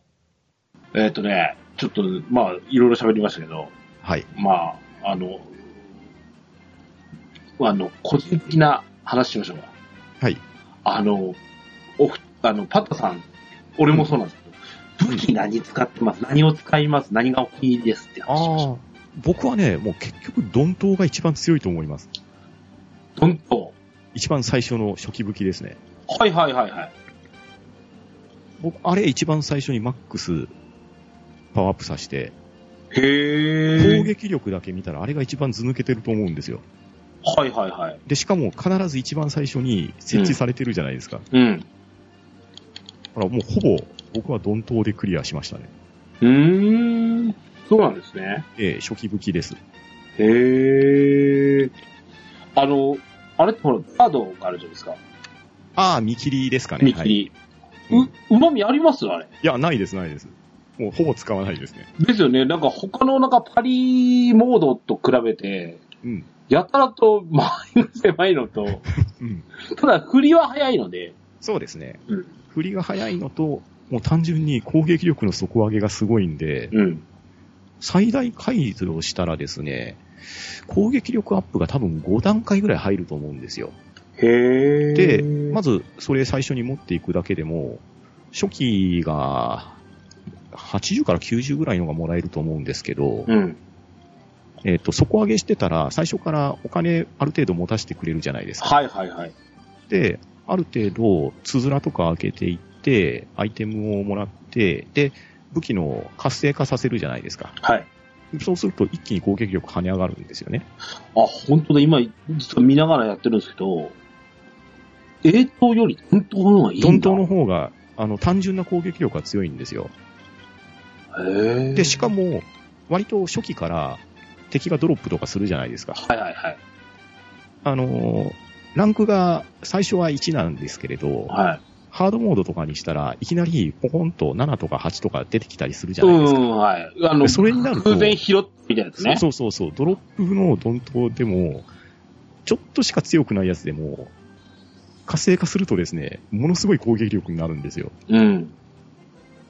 Speaker 1: えっ、とね、ちょっと、まあ、いろいろ喋りましたけど、
Speaker 2: はい。
Speaker 1: まあ、あの、あの、個人的な話しましょうか。
Speaker 2: はい。
Speaker 1: あの、おふ、あの、パッタさん、俺もそうなんですけど、武器何使ってます何を使います何がお気に入りですって話しまし
Speaker 2: ああ、僕はね、もう結局、鈍刀が一番強いと思います。
Speaker 1: た。どんと。
Speaker 2: 一番最初の初期武器ですね。
Speaker 1: はいはいはいはい。
Speaker 2: 僕、あれ一番最初にマックスパワーアップさせて、
Speaker 1: へ
Speaker 2: 攻
Speaker 1: え。
Speaker 2: 撃力だけ見たらあれが一番図抜けてると思うんですよ。
Speaker 1: はいはいはい。
Speaker 2: で、しかも必ず一番最初に設置されてるじゃないですか。
Speaker 1: うん。
Speaker 2: だからもうほぼ僕は鈍刀でクリアしましたね。
Speaker 1: うーん。そうなんですね。
Speaker 2: ええ、初期武器です。
Speaker 1: へえ。あの、あれってほら、ガードがあるじゃないですか。
Speaker 2: ああ、見切りですかね。
Speaker 1: 見
Speaker 2: は
Speaker 1: 切
Speaker 2: い、い
Speaker 1: り。う、うまみありますあれ。
Speaker 2: や、ないです、ないです。もうほぼ使わないですね。
Speaker 1: ですよね。なんか他のなんかパリモードと比べて、
Speaker 2: うん。
Speaker 1: やたらとマイが狭いの と、
Speaker 2: うん。
Speaker 1: ただ振りは早いので、
Speaker 2: そうですね。
Speaker 1: うん。
Speaker 2: 振りが早いのと、もう単純に攻撃力の底上げがすごいんで、
Speaker 1: うん。
Speaker 2: 最大解除したらですね、攻撃力アップが多分5段階ぐらい入ると思うんですよ。
Speaker 1: へえ。
Speaker 2: で、まずそれ最初に持っていくだけでも、初期が80から90ぐらいのがもらえると思うんですけど、
Speaker 1: うん。
Speaker 2: えっ、と、底上げしてたら最初からお金ある程度持たせてくれるじゃないですか。
Speaker 1: はいはいはい。
Speaker 2: で、ある程度、つづらとか開けていって、アイテムをもらって、で、武器の活性化させるじゃないですか。
Speaker 1: はい。
Speaker 2: そうすると一気に攻撃力跳ね上がるんですよね。
Speaker 1: あ、本当だ。今、実は見ながらやってるんですけど、映像より本当の方がいいんだ。
Speaker 2: 鈍刀の方が、あの、単純な攻撃力が強いんですよ。
Speaker 1: へえ。
Speaker 2: で、しかも、割と初期から敵がドロップとかするじゃないですか。
Speaker 1: はいはいはい。
Speaker 2: あのーランクが最初は1なんですけれど、
Speaker 1: はい。
Speaker 2: ハードモードとかにしたらいきなりポコンと7とか8とか出てきたりするじゃ
Speaker 1: う
Speaker 2: ないですか。
Speaker 1: ん、はい。あの、
Speaker 2: それになると
Speaker 1: 偶然拾ってみたいなやつね。
Speaker 2: そうそうそうそう、ドロップの鈍刀でも、ちょっとしか強くないやつでも、活性化するとですね、ものすごい攻撃力になるんですよ。
Speaker 1: うん。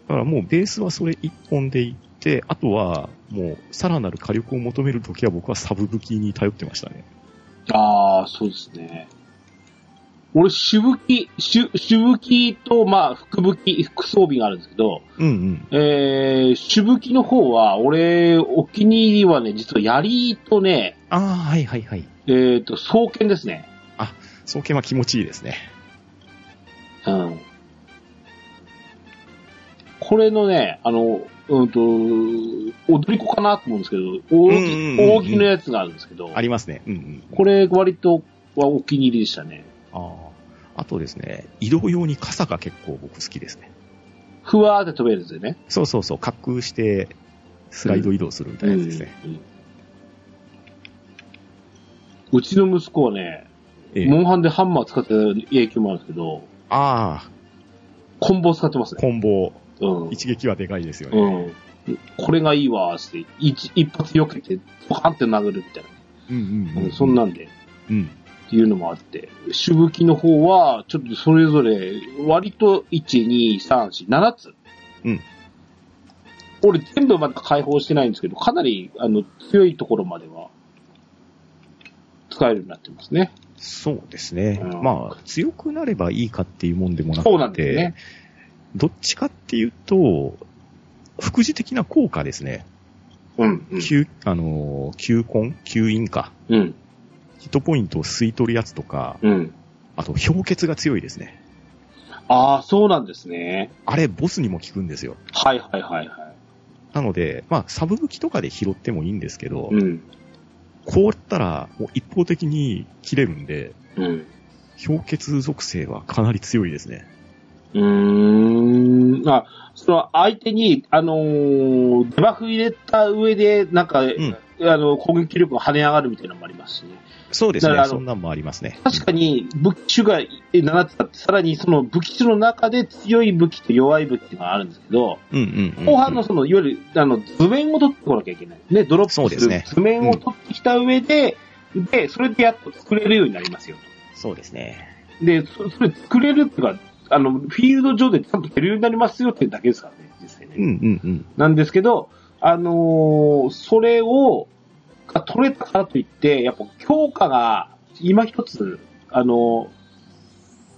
Speaker 2: だからもうベースはそれ一本でいって、あとはもうさらなる火力を求めるときは僕はサブ武器に頼ってましたね。
Speaker 1: ああ、そうですね。俺、しぶき、しぶ、しぶきと、まあ、福ぶき、副装備があるんですけど、
Speaker 2: うんうん。
Speaker 1: えー、しぶきの方は、俺、お気に入りはね、実は槍とね、
Speaker 2: ああ、はいはいはい。
Speaker 1: えっ、と、双剣ですね。
Speaker 2: 双剣は気持ちいいですね。
Speaker 1: うん。これのね、あの、うんと、踊り子かなと思うんですけど、
Speaker 2: うんうんうんうん
Speaker 1: 大きのやつがあるんですけど、
Speaker 2: ありますね。うんうん。
Speaker 1: これ割とはお気に入りでしたね。
Speaker 2: ああ。あとですね、移動用に傘が結構僕好きですね。
Speaker 1: ふわーって飛べるんですよね。
Speaker 2: そうそうそう、滑空して、スライド移動するみたいなやつですね。
Speaker 1: うんうんうちの息子はね、
Speaker 2: ええ
Speaker 1: モンハンでハンマー使ってた影響もあるんですけど、
Speaker 2: ああ、
Speaker 1: コンボ使ってますね。
Speaker 2: コンボ、
Speaker 1: うん。
Speaker 2: 一撃はでかいですよね。
Speaker 1: うん。これがいいわーっつって、一一発避けて、パカンって殴るみたい
Speaker 2: うん
Speaker 1: な。うんそん。なんで。
Speaker 2: うん。
Speaker 1: っていうのもあって、しぶきの方は、ちょっとそれぞれ、割と、1、2、3、4、7つ。
Speaker 2: うん。
Speaker 1: 俺全部まだ解放してないんですけど、かなり、あの、強いところまでは、使えるようになってますね。
Speaker 2: そうですね。
Speaker 1: うん
Speaker 2: まあ、強くなればいいかっていうもんでもなくて、
Speaker 1: そうなんですね。
Speaker 2: どっちかっていうと、副次的な効果ですね。
Speaker 1: うん、うん。
Speaker 2: 吸、あのー、吸根吸引か。
Speaker 1: うん、
Speaker 2: ヒットポイントを吸い取るやつとか、
Speaker 1: うん。
Speaker 2: あと氷結が強いですね。
Speaker 1: ああ、そうなんですね。
Speaker 2: あれ、ボスにも効くんですよ。
Speaker 1: はいはいはいは
Speaker 2: なので、まあ、サブ武器とかで拾ってもいいんですけど、
Speaker 1: い。うん、
Speaker 2: こうやったら、もう一方的に切れるんで、
Speaker 1: うん。
Speaker 2: 氷結属性はかなり強いですね。
Speaker 1: うーん。あ、その相手に、あのーデバフ入れた上で、なんか、
Speaker 2: ん
Speaker 1: あの、攻撃力が跳ね上がるみたいなのもありますしね。
Speaker 2: そうです
Speaker 1: だから
Speaker 2: ね。
Speaker 1: あの
Speaker 2: そんなんもありますね。
Speaker 1: 確かに、武器種が7つあって、さらにその武器種の中で強い武器と弱い武器っていうのがあるんですけど、
Speaker 2: うんうんうんうん
Speaker 1: 後半のその、いわゆる、あの、図面を取ってこなきゃいけない。ね、ドロップす
Speaker 2: そうです
Speaker 1: る
Speaker 2: ね
Speaker 1: 図面を取ってきた上で、で、それでやっと作れるようになりますよ。
Speaker 2: そうですね。
Speaker 1: で、そそれ作れるっていうか、あの、フィールド上でちゃんと出るようになりますよっていうだけですからね、実際ね。
Speaker 2: うんうんうん。
Speaker 1: なんですけど、あのーそれを、が取れたからといって、やっぱ強化が今一つ、あの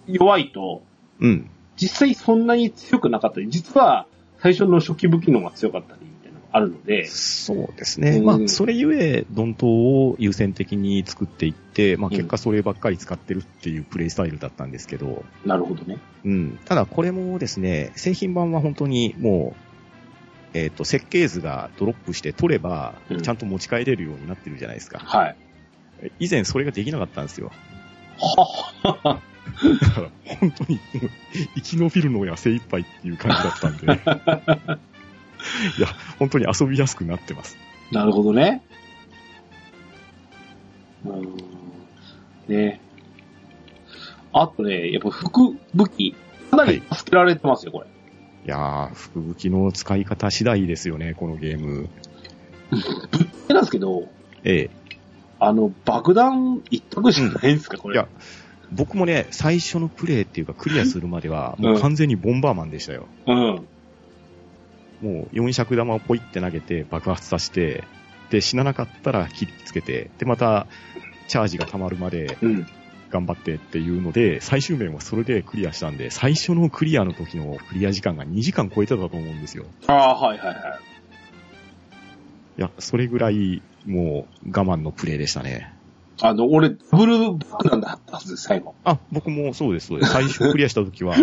Speaker 1: ー弱いと、
Speaker 2: うん。
Speaker 1: 実際そんなに強くなかったり、実は最初の初期武器の方が強かったりみたいなのがあるので、
Speaker 2: そうですね。まあ
Speaker 1: う、ん
Speaker 2: それゆえ、ドントを優先的に作っていって、まあ、結果そればっかり使ってるっていうプレイスタイルだったんですけど、
Speaker 1: なるほどね。
Speaker 2: うん。ただ、これもですね、製品版は本当にもう、えっ、と、設計図がドロップして取れば
Speaker 1: うん、
Speaker 2: ちゃんと持ち帰れるようになってるじゃないですか。
Speaker 1: はい。
Speaker 2: 以前それができなかったんですよ。
Speaker 1: は
Speaker 2: だから本当にもう生き延びるのが精一杯っていう感じだったんで。い や、本当に遊びやすくなってます。
Speaker 1: なるほどね。うーん。ね。あとね、やっぱ服、武器、かなり助けられてますよ、これ。
Speaker 2: いやー、福武器の使い方次第ですよね、このゲーム。
Speaker 1: でなんですけど、
Speaker 2: ええ。
Speaker 1: あの、爆弾一択しかないんですか、これ。
Speaker 2: いや僕もね、最初のプレイっていうかクリアするまでは、
Speaker 1: うん
Speaker 2: もう完全にボンバーマンでしたよ。
Speaker 1: うん。
Speaker 2: もう4尺玉をポイって投げて爆発させて、で、死ななかったら切りつけて、で、また、チャージが溜まるまで
Speaker 1: うん。
Speaker 2: 頑張ってっていうので、最終面はそれでクリアしたんで、最初のクリアの時のクリア時間が2時間超えてたと思うんですよ。
Speaker 1: ああ、はいはいはい
Speaker 2: や、それぐらい、もう我慢のプレイでしたね。
Speaker 1: い。あの、俺、ダブル爆弾だったはずです、最後。
Speaker 2: あ、僕もそうです、そうです。最初クリアした時は、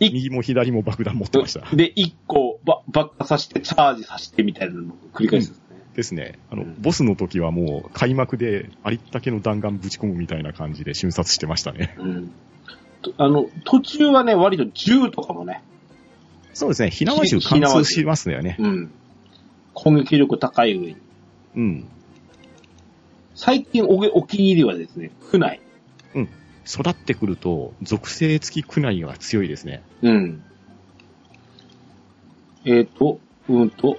Speaker 1: い
Speaker 2: 右も左も爆弾持ってました。
Speaker 1: で、一個、ば、爆破させて、チャージさせてみたいなのを繰り返すんですね。
Speaker 2: ですね。あの、ボスの時はもう開幕でありったけの弾丸ぶち込むみたいな感じで瞬殺してましたね。
Speaker 1: うん。とあの、途中はね、割と銃とかもね、
Speaker 2: そうですね。火縄銃貫通しますよね。
Speaker 1: うん。攻撃力高い上に。
Speaker 2: うん。
Speaker 1: 最近おげお気に入りはですね、区内。
Speaker 2: 育ってくると、属性付き苦内が強いですね。
Speaker 1: うん。えっ、と、うんと、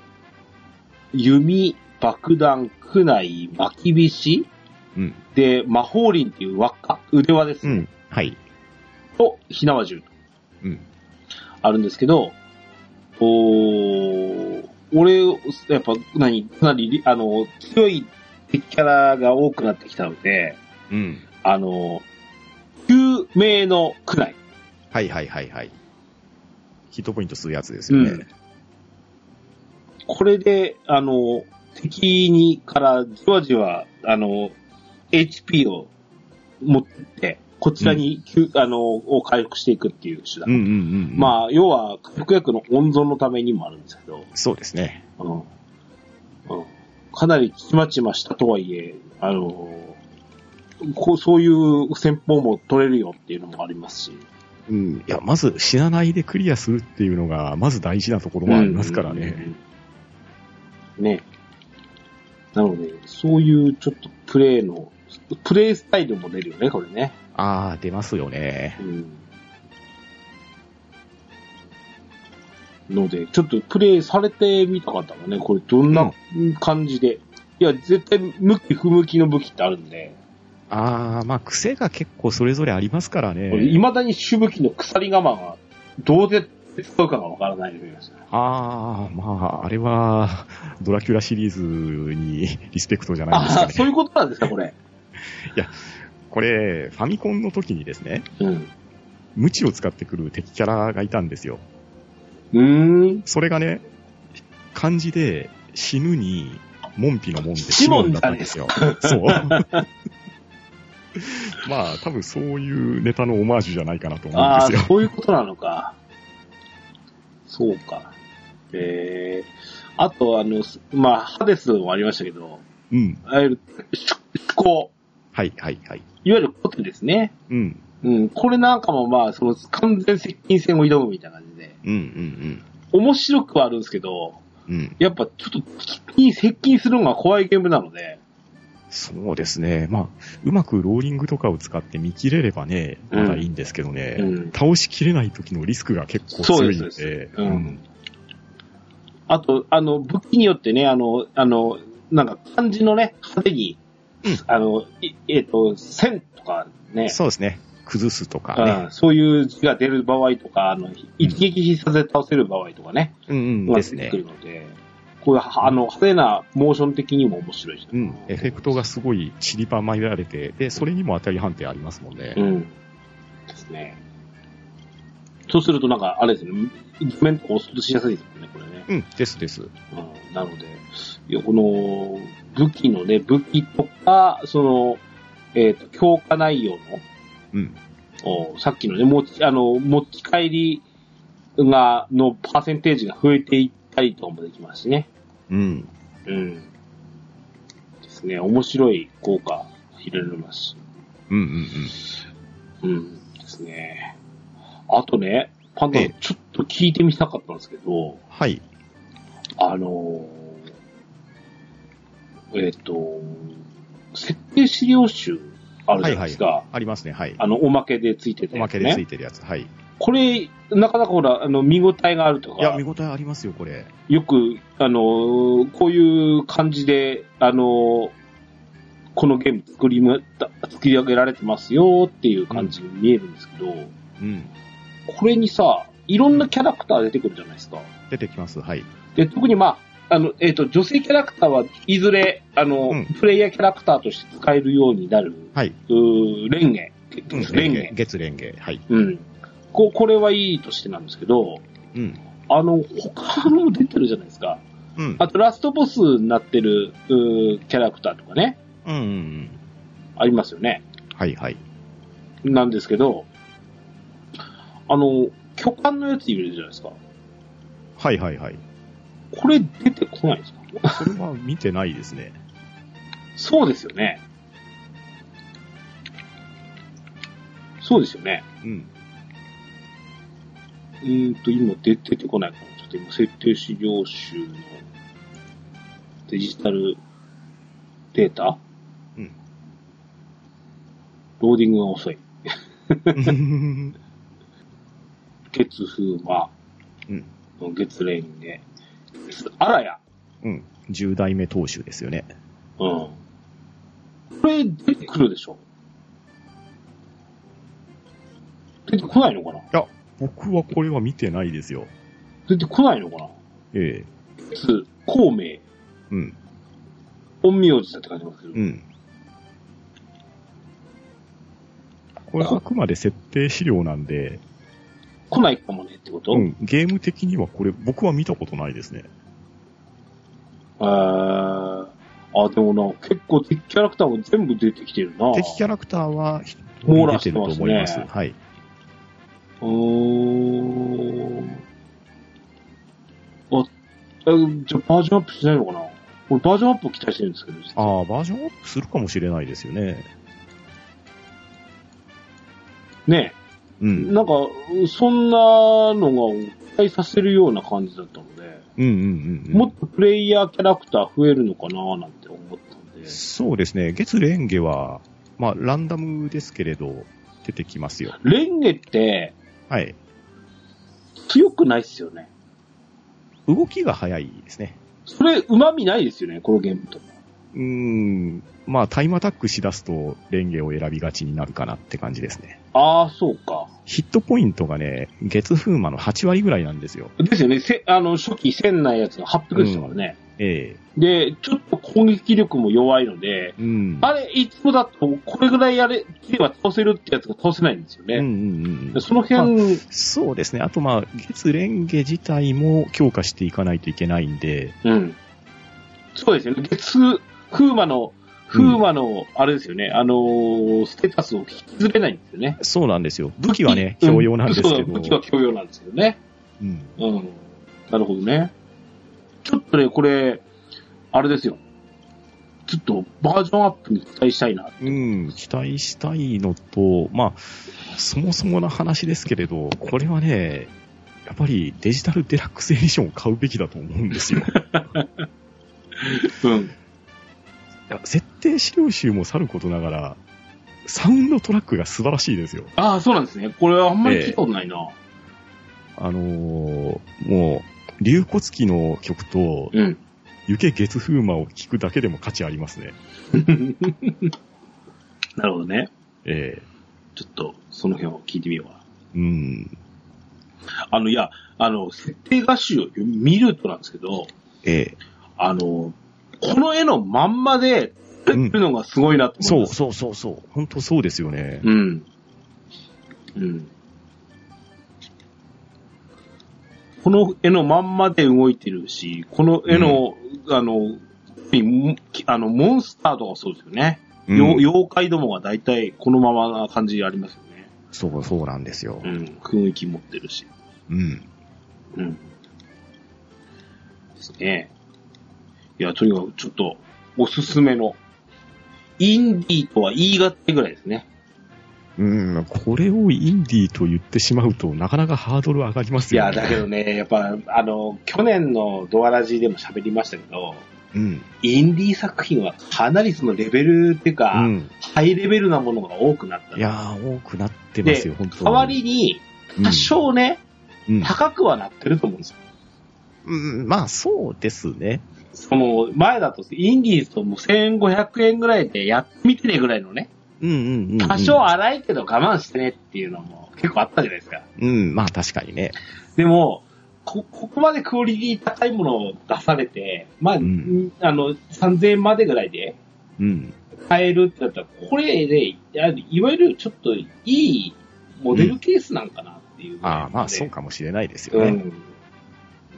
Speaker 1: 弓、爆弾、区内、巻き菱
Speaker 2: うん。
Speaker 1: で、魔法輪っていう輪っか、腕輪です
Speaker 2: う
Speaker 1: ね。
Speaker 2: ん。はい。
Speaker 1: と、火縄銃
Speaker 2: うん。
Speaker 1: あるんですけど、お俺、やっぱ、何、かなり、あの、強い敵キャラが多くなってきたので、
Speaker 2: うん。
Speaker 1: あの、救命の区内。
Speaker 2: はいはいはいはい。ヒットポイントするやつですよね。
Speaker 1: うんこれで、あの、敵にからじわじわ、あの、HP を持ってって、こちらに、きゅあの、を回復していくっていう手段。
Speaker 2: うんうんうんうん。あ。
Speaker 1: まあ、要は、回復薬の温存のためにもあるんですけど、
Speaker 2: そうですね。
Speaker 1: うんうんかなりちまちましたとはいえ、あの、こう、そういう戦法も取れるよっていうのもありますし。
Speaker 2: うん。いや、まず死なないでクリアするっていうのが、まず大事なところもありますから
Speaker 1: うんうん
Speaker 2: ね。
Speaker 1: うん。ね。なので、そういうちょっとプレイの、プレイスタイルも出るよね、これね。
Speaker 2: ああ、出ますよね。
Speaker 1: うん。ので、ちょっとプレイされてみたかったのね、これどんな感じで。いや、絶対向き不向きの武器ってあるんで、
Speaker 2: ああ、まあ癖が結構それぞれありますからね。
Speaker 1: いまだに主武器の鎖鎌がどうで使うかがわからないレベルですね
Speaker 2: ああ、まあ、あれは、ドラキュラシリーズにリスペクトじゃないです
Speaker 1: あ
Speaker 2: か
Speaker 1: あ、そうい
Speaker 2: ね。
Speaker 1: うことなんですか、これ。
Speaker 2: これ、ファミコンの時にですね、
Speaker 1: うん。
Speaker 2: 無知を使ってくる敵キャラがいたんですよ。
Speaker 1: うーん。
Speaker 2: それがね、漢字で死ぬに、門扉の門で
Speaker 1: シモン
Speaker 2: だったんですよ。そう。まあ、多分そう いうネタのオマージュじゃないかなと思うん
Speaker 1: あ
Speaker 2: です
Speaker 1: あ、
Speaker 2: よ。
Speaker 1: そういうことなのか。そうか。ええあと、あの、すまあ、ハデスもありましたけど、
Speaker 2: うん。
Speaker 1: いわゆる、し思考。
Speaker 2: はい、はい、はい。
Speaker 1: いわゆるコテですね。
Speaker 2: うん。
Speaker 1: うん。これなんかもまあ、その、完全接近戦を挑むみたいな感じで。
Speaker 2: うん、うん、
Speaker 1: 面白くはあるんですけど、
Speaker 2: うん。うん。
Speaker 1: やっぱちょっと敵に接近するのが怖いゲームなので、
Speaker 2: そうですね。まあ、うまくローリングとかを使って見切れればね、まだいいんですけどね。
Speaker 1: うん。
Speaker 2: 倒しきれない時のリスクが結構
Speaker 1: そう
Speaker 2: 強
Speaker 1: で
Speaker 2: い
Speaker 1: す
Speaker 2: ので。
Speaker 1: うん。あと、あの、武器によってね、あの、あの、なんか漢字のね、派手に、
Speaker 2: うん
Speaker 1: あの、いえっ、と、線とかね、
Speaker 2: そうですね。崩すとか
Speaker 1: う
Speaker 2: ね。
Speaker 1: ん、そういう字が出る場合とか、あの、一撃必殺で倒せる場合とかね、
Speaker 2: うん、うん、
Speaker 1: が
Speaker 2: で
Speaker 1: 出
Speaker 2: す
Speaker 1: て
Speaker 2: ね
Speaker 1: く。るので、こういう、あの、派手なモーション的にも面白いし、
Speaker 2: うん、エフェクトがすごい散りばまられて、で、それにも当たり判定ありますもんね。
Speaker 1: うん。ですね。そうするとなんか、あれですね、図面とか押すとしやすいですよね、これね。
Speaker 2: うん、ですです。
Speaker 1: うんなので、いやこの武器のね、武器とか、その、えっ、と、強化内容
Speaker 2: うん。
Speaker 1: の、おさっきのね、持ち、あの、持ち帰りが、のパーセンテージが増えていったりとかもできますしね。
Speaker 2: うん。
Speaker 1: うん。ですね、面白い効果入れられますし。
Speaker 2: うん、うん、
Speaker 1: うん。ですね。あとね、パンダ
Speaker 2: ええ、
Speaker 1: ちょっと聞いてみたかったんですけど、
Speaker 2: はい。
Speaker 1: あのーえっ、と、設定資料集あるじゃないですか。
Speaker 2: ありますね、はい。
Speaker 1: あの、おまけでついてて、
Speaker 2: お
Speaker 1: ね。
Speaker 2: まけでついてるやつ。はい。
Speaker 1: これ、なかなかほら、あの、見応えがあると
Speaker 2: いや、
Speaker 1: か
Speaker 2: 見、応えありますよ、これ。
Speaker 1: よく、あのーこういう感じで、あのーこのゲーム作りま、作り上げられてますよっていう感じに見えるんですけど、
Speaker 2: うん。
Speaker 1: これにさ、いろんなキャラクター出てくるじゃないですか。
Speaker 2: 出てきます、はい。
Speaker 1: で、特にまあ、あの、えっ、と、女性キャラクターはいずれ、あの、
Speaker 2: うん
Speaker 1: プレイヤーキャラクターとして使えるようになる、
Speaker 2: はい。
Speaker 1: うー、レンゲ。レンゲ。
Speaker 2: 月レンゲ。はい。
Speaker 1: うん。ここれはいいとしてなんですけど、
Speaker 2: うん。
Speaker 1: あの、他のも出てるじゃないですか。
Speaker 2: うん。
Speaker 1: あと、ラストボスになってる、うーキャラクターとかね、
Speaker 2: うん、うんうん。
Speaker 1: ありますよね。
Speaker 2: はい、はい。
Speaker 1: なんですけど、あの、巨漢のやついるじゃないですか。
Speaker 2: はい、はい、はい。
Speaker 1: これ出てこないんですか
Speaker 2: それは見てないですね。
Speaker 1: そうですよね。そうですよね。
Speaker 2: うん。
Speaker 1: うーんと、今出出てこないから、ちょっと今、設定資料集のデジタルデータ
Speaker 2: うん。
Speaker 1: ローディングが遅い。
Speaker 2: うん
Speaker 1: 月風魔、
Speaker 2: うん。
Speaker 1: 月レンゲ、あらや。
Speaker 2: うん。10代目当主ですよね。
Speaker 1: うん。これ、出てくるでしょ出てこないのかな
Speaker 2: 僕はこれは見てないですよ。
Speaker 1: 出てこないのかな
Speaker 2: ええ。
Speaker 1: 月、孔明、
Speaker 2: うん。
Speaker 1: 陰陽師だって書いてますけど。
Speaker 2: うん。これあくまで設定資料なんで、
Speaker 1: 来ないかもねってこと、
Speaker 2: うん、ゲーム的にはこれ僕は見たことないですね。
Speaker 1: えー、あ、でもな、結構敵キャラクターも全部出てきてるな。
Speaker 2: 敵キャラクターは一
Speaker 1: 網
Speaker 2: 人
Speaker 1: 羅
Speaker 2: 出
Speaker 1: してて
Speaker 2: ると
Speaker 1: ますね
Speaker 2: 思います。はい。
Speaker 1: うーん。あ、えじゃあバージョンアップしないのかな俺バージョンアップを期待してるんですけど。
Speaker 2: ああ、バージョンアップするかもしれないですよね。
Speaker 1: ね
Speaker 2: う
Speaker 1: え
Speaker 2: ん。
Speaker 1: なんか、そんなのが期待させるような感じだったので、
Speaker 2: うんうんうん。
Speaker 1: もっとプレイヤーキャラクター増えるのかななんて思ったんで。
Speaker 2: そうですね。月レンゲは、まあ、ランダムですけれど、出てきますよ。
Speaker 1: レンゲって
Speaker 2: はい。
Speaker 1: 強くないっすよね。
Speaker 2: 動きが早いですね。
Speaker 1: それ、旨味ないですよね、このゲームと。
Speaker 2: うーん。まあ、タイムアタックしだすと、レンゲを選びがちになるかなって感じですね。
Speaker 1: ああ、そうか。
Speaker 2: ヒットポイントがね、月風魔の8割ぐらいなんですよ。
Speaker 1: ですよね。せあの、初期1000ないやつが800でしたからね。
Speaker 2: え
Speaker 1: で、ちょっと攻撃力も弱いので、
Speaker 2: えうん。
Speaker 1: あれ、いつもだと、これぐらいやれ、切れば倒せるってやつが倒せないんですよ
Speaker 2: うん
Speaker 1: ね。
Speaker 2: うんうんう
Speaker 1: で
Speaker 2: ん。
Speaker 1: その
Speaker 2: まあ
Speaker 1: 辺、
Speaker 2: そうですね。あと、まあ、月レンゲ自体も強化していかないといけないんで、
Speaker 1: うん。そうですよね。月、風魔の、風魔の、あれですよね、あのーステータスを引きずれないんですよね。
Speaker 2: そうなんですよ。武器はね、強要なんですけ
Speaker 1: う
Speaker 2: ど。
Speaker 1: そう武器は強要なんですよね。
Speaker 2: うん。
Speaker 1: うん。なるほどね。ちょっとね、これ、あれですよ。ちょっとバージョンアップに期待したいな。
Speaker 2: うん、期待したいのと、まあ、そもそもの話ですけれど、これはね、やっぱりデジタルデラックスエディションを買うべきだと思うんですよ。い
Speaker 1: うん。
Speaker 2: や設定資料集もさることながら、サウンドトラックが素晴らしいですよ。
Speaker 1: ああ、そうなんですね。これはあんまり聞いたことないな。
Speaker 2: あのーもう、竜骨機の曲と、
Speaker 1: うん。
Speaker 2: 湯気月風魔を聴くだけでも価値ありますね。
Speaker 1: なるほどね。
Speaker 2: え
Speaker 1: ちょっと、その辺を聞いてみようか
Speaker 2: えうん。
Speaker 1: な。あの、いや、あの、設定画集を見るとなんですけど、
Speaker 2: ええ
Speaker 1: あの、この絵のまんまで、撮ってるのがすごいなと思い
Speaker 2: そ
Speaker 1: ま
Speaker 2: う
Speaker 1: す。
Speaker 2: そうそうそう。本当そうですよね。
Speaker 1: うん。うん。この絵のまんまで動いてるし、この絵の、あの、にあの、モンスターとかそうですよね。
Speaker 2: うん
Speaker 1: よ妖怪どもが大体このままな感じありますよね。
Speaker 2: そうそうなんですよ
Speaker 1: う。ん。雰囲気持ってるし。
Speaker 2: うん。
Speaker 1: うん。ですね。いや、とにかくちょっと、おすすめの、インディーとは言いがってぐらいですね。
Speaker 2: うん、これをインディーと言ってしまうと、なかなかハードル上がります
Speaker 1: い
Speaker 2: よ
Speaker 1: や、
Speaker 2: ね。
Speaker 1: だけどね、 やっぱ、あの、去年のドアラジでも喋りましたけど、
Speaker 2: うん。
Speaker 1: インディー作品はかなりそのレベルっていうか、
Speaker 2: うん。
Speaker 1: ハイレベルなものが多くなった。
Speaker 2: いやー、多くなってますよ、本当に。
Speaker 1: 代わりに、
Speaker 2: うん、
Speaker 1: 多少ね、
Speaker 2: うん、
Speaker 1: 高くはなってると思うんですよ。
Speaker 2: うんまあ、そうですね。
Speaker 1: その、前だと、インディーズともう1500円ぐらいでやってみてねぐらいのね、
Speaker 2: うんうんうん、うん。
Speaker 1: 多少荒いけど我慢してねっていうのも結構あったじゃないですか。
Speaker 2: うん、まあ確かにね。
Speaker 1: でも、こ、ここまでクオリティ高いものを出されて、まあ、
Speaker 2: ん
Speaker 1: あの、3000円までぐらいで
Speaker 2: うん。
Speaker 1: 買えるってなったら、これで、あいわゆるちょっといいモデルケースなんかなっていう、
Speaker 2: ああ、まあそうかもしれないですよ
Speaker 1: う
Speaker 2: ね。
Speaker 1: ん。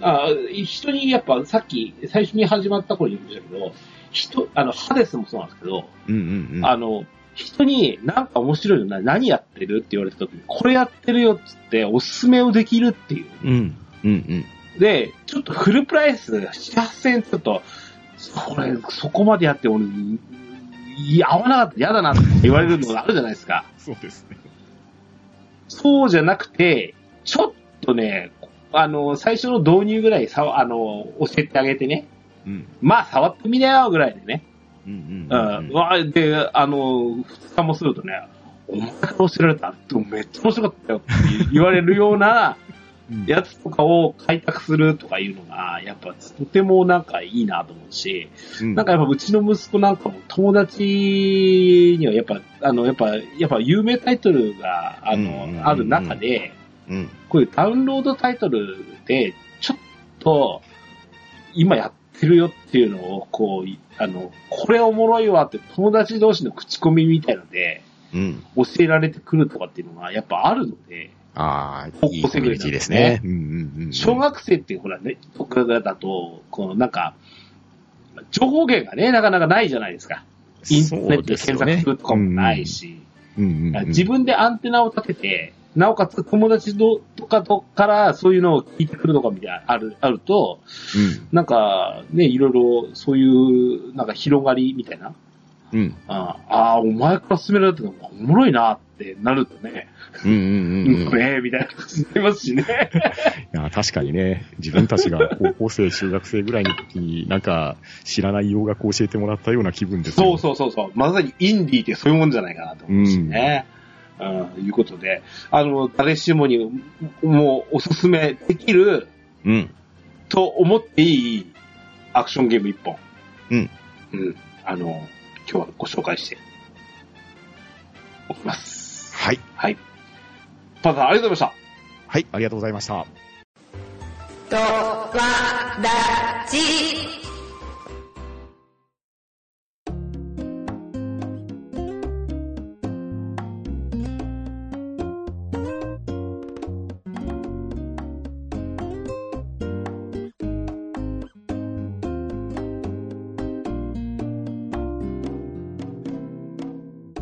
Speaker 1: あ人にやっぱさっき最初に始まった頃に言いましたけど、人、あの、ハデスもそうなんですけど、
Speaker 2: うん、うん、うん。
Speaker 1: あの、人になんか面白いのな、何やってるって言われた時に、これやってるよっつっておすすめをできるっていう。
Speaker 2: うん、うん、うん。
Speaker 1: で、ちょっとフルプライス、7、8000円ちょっと、それ、そこまでやって俺、いや、合わなかった、嫌だなって言われるのがあるじゃないですか。
Speaker 2: そうですね。
Speaker 1: そうじゃなくて、ちょっとね、あの、最初の導入ぐらいさ、あの、教えてあげてね。
Speaker 2: うん、
Speaker 1: まあ、触ってみなよ、ぐらいでね。
Speaker 2: うん、
Speaker 1: う。
Speaker 2: うんん。うん
Speaker 1: わで、あの、2日もするとね、お前から教えられた。でもめっちゃ面白かったよって言われるような、
Speaker 2: うん
Speaker 1: やつとかを開拓するとかいうのが、やっぱとてもなんかいいなと思うし、
Speaker 2: うん
Speaker 1: なんかやっぱうちの息子なんかも友達にはやっぱ、あの、やっぱ、やっぱ有名タイトルが、あの、
Speaker 2: うんうんうん
Speaker 1: ある中で、
Speaker 2: うん。
Speaker 1: こういうダウンロードタイトルで、ちょっと、今やってるよっていうのを、こう、あの、これおもろいわって友達同士の口コミみたいので、
Speaker 2: うん。
Speaker 1: 教えられてくるとかっていうのがやっぱあるので、
Speaker 2: ああ、
Speaker 1: 高
Speaker 2: いい
Speaker 1: 校
Speaker 2: コ
Speaker 1: 生
Speaker 2: ミ
Speaker 1: ぐ
Speaker 2: ュ
Speaker 1: らいだと
Speaker 2: ニティ
Speaker 1: ね
Speaker 2: ですね。うんうんうん。
Speaker 1: 小学生ってほらね、とかだと、このなんか、情報源がね、なかなかないじゃないですか。インターネットで検索するとかもない。し、
Speaker 2: そうですよねうんうんうん
Speaker 1: 自分でアンテナを立てて、なおかつ友達のとかとからそういうのを聞いてくるのかみたいな、ある、あると、なんかね、いろいろそういう、なんか広がりみたいな、
Speaker 2: うん。うん。
Speaker 1: ああー、お前から勧められたのがおもろいなってなるとね、
Speaker 2: うん
Speaker 1: う
Speaker 2: うんうんうん
Speaker 1: ん、ねえ、みたいな感じになりますしね。
Speaker 2: いや確かにね、自分たちが高校生、中学生ぐらいの時に、なんか、知らない洋楽を教えてもらったような気分ですよ
Speaker 1: そうそうそうそう。まさにインディーってそういうもんじゃないかなと思うしね。うん、いうことで、あの、誰しもにもうおすすめできる
Speaker 2: う。うん。
Speaker 1: と思っていいアクションゲーム一本。
Speaker 2: うん。
Speaker 1: うん。あの、今日はご紹介しておきます。
Speaker 2: はい。
Speaker 1: はい。パンさん、ありがとうございまし
Speaker 2: はい、ありがとうございました。
Speaker 3: とわらじ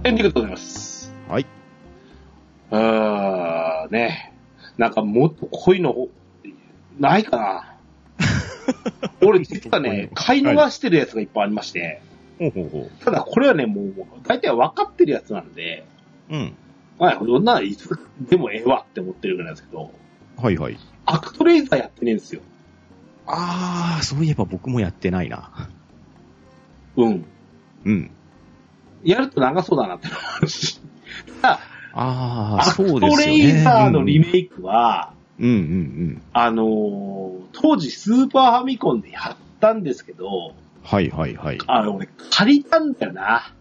Speaker 1: た。エンディングでございます。
Speaker 2: はい。
Speaker 1: うーん、ね。なんかもっと濃いの、ないかな。 俺実はね、買い逃してるやつがいっぱいありまして、
Speaker 2: ほうほうほう。
Speaker 1: ただこれはね、もう、大体分かってるやつなんで、
Speaker 2: うん。
Speaker 1: まあ、こんなのいつでもええわって思ってるぐらいなんですけど、
Speaker 2: はいはい。
Speaker 1: アクトレイザーやってねえんですよ。
Speaker 2: ああ、そういえば僕もやってないな。
Speaker 1: うん。
Speaker 2: うん。
Speaker 1: やると長そうだなってのもあるし。ただ、
Speaker 2: ああ、
Speaker 1: ア
Speaker 2: そ
Speaker 1: ク
Speaker 2: うで
Speaker 1: ト
Speaker 2: すよ
Speaker 1: レ
Speaker 2: ね。
Speaker 1: イザーのリメイクは、
Speaker 2: うんうん
Speaker 1: あのー当時スーパーファミコンでやったんですけど、
Speaker 2: うん。はいはいはい。
Speaker 1: あの、俺借りたんだよな。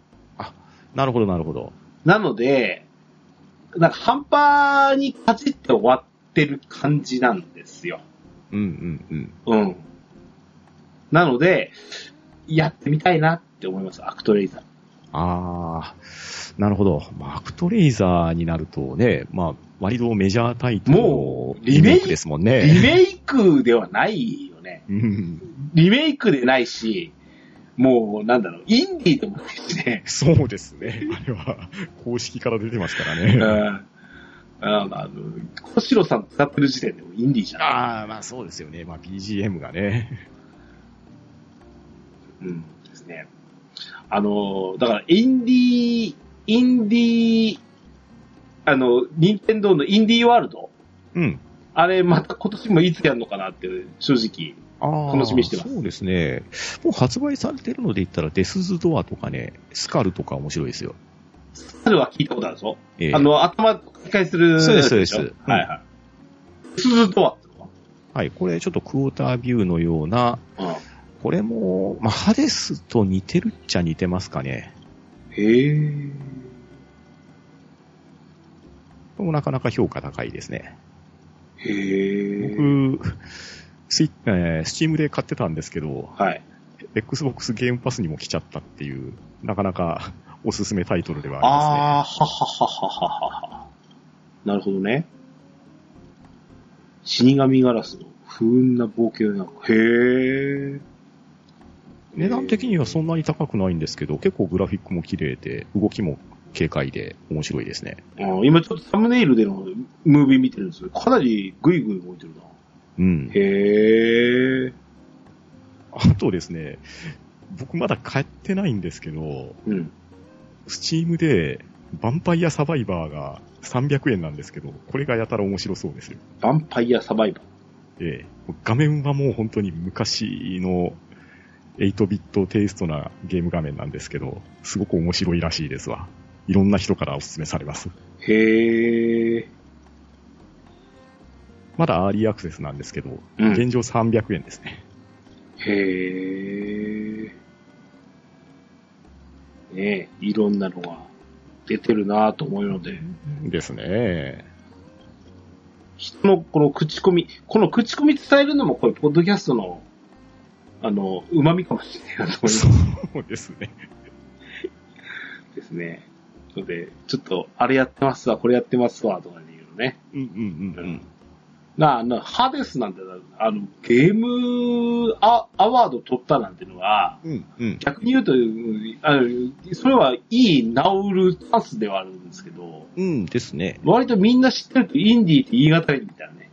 Speaker 2: なるほどなるほど。
Speaker 1: なので、なんか半端にパチって終わってる感じなんですよ。
Speaker 2: うんうんうん。
Speaker 1: うん。なので、やってみたいなって思います、アクトレイザー。
Speaker 2: ああ、なるほど。まあ、アクトレイザーになるとね、まあ、割とメジャータイトル
Speaker 1: も
Speaker 2: の
Speaker 1: うリ
Speaker 2: リ
Speaker 1: メイク
Speaker 2: メイクですもんね。
Speaker 1: リメイクではないよね。
Speaker 2: うん
Speaker 1: リメイクでないし、もう、なんだろう、インディーでもないしね。
Speaker 2: そうですね。あれは、公式から出てますから
Speaker 1: うん。
Speaker 2: ね。
Speaker 1: あの、あの小城さん使ってる時点でもインディーじゃな
Speaker 2: ああ、まあそうですよね。まあ BGM がね。
Speaker 1: い。うん。ですね。あの、だから、インディー、インディー、あの、任天堂のインディーワールド。
Speaker 2: うん。
Speaker 1: あれ、また今年もいつやるのかなって、正直。
Speaker 2: ああ、
Speaker 1: 楽しみにしてます
Speaker 2: そうですね。もう発売されてるので言ったら、デスズドアとかね、スカルとか面白いですよ。
Speaker 1: 猿は聞いたことあるでしょ、
Speaker 2: ええ
Speaker 1: あの、頭繰り返するやつしょ。
Speaker 2: そうですそうです
Speaker 1: はいはい。鈴とはっての
Speaker 2: はい。これちょっとクォータービューのような、
Speaker 1: は
Speaker 2: これも、まあ、ハデスと似てるっちゃ似てますかね。
Speaker 1: へえ。
Speaker 2: これもなかなか評価高いですね。
Speaker 1: へえ。
Speaker 2: 僕、スイえー、スチームで買ってたんですけど、
Speaker 1: はい。
Speaker 2: Xbox ゲームパスにも来ちゃったっていう、なかなかおすすめタイトルでは
Speaker 1: あー、
Speaker 2: あ
Speaker 1: ははははははは。なるほどね。死神ガラスの不運な冒険の中。へえ。
Speaker 2: りますね。値段的にはそんなに高くないんですけど、結構グラフィックも綺麗で、動きも軽快で面白いですね。
Speaker 1: うん今ちょっとサムネイルでのムービー見てるんですけど、かなりグイグイ動いてるな。
Speaker 2: うん。
Speaker 1: へえ。
Speaker 2: あとですね、僕まだ買ってないんですけど、
Speaker 1: うん。
Speaker 2: スチームで、ヴァンパイアサバイバーが300円なんですけど、これがやたら面白そうですよ。
Speaker 1: ヴァンパイアサバイバー。
Speaker 2: ええ画面はもう本当に昔の8ビットテイストなゲーム画面なんですけど、すごく面白いらしいですわ。いろんな人からお勧めされます。
Speaker 1: へえ。
Speaker 2: まだアーリーアクセスなんですけど、
Speaker 1: うん
Speaker 2: 現状300円ですね。
Speaker 1: へえ。ねえ、いろんなのが出てるなぁと思うので、
Speaker 2: ですね。
Speaker 1: 人のこの口コミ、この口コミ伝えるのもこれ、ポッドキャストの、あの、旨味かもしれないなと思いま
Speaker 2: そうですね。
Speaker 1: すですね。ので、ちょっと、あれやってますわ、これやってますわ、とかで言うのね。
Speaker 2: うんうんうんうん。
Speaker 1: なあ、なハデスなんて、あの、ゲームアアワード取ったなんてのは、
Speaker 2: うんうん。
Speaker 1: 逆に言うと、うんあのそれはいい治るチャンスではあるんですけど、
Speaker 2: うんですね。
Speaker 1: 割とみんな知ってるとインディーって言い難いみたいなね。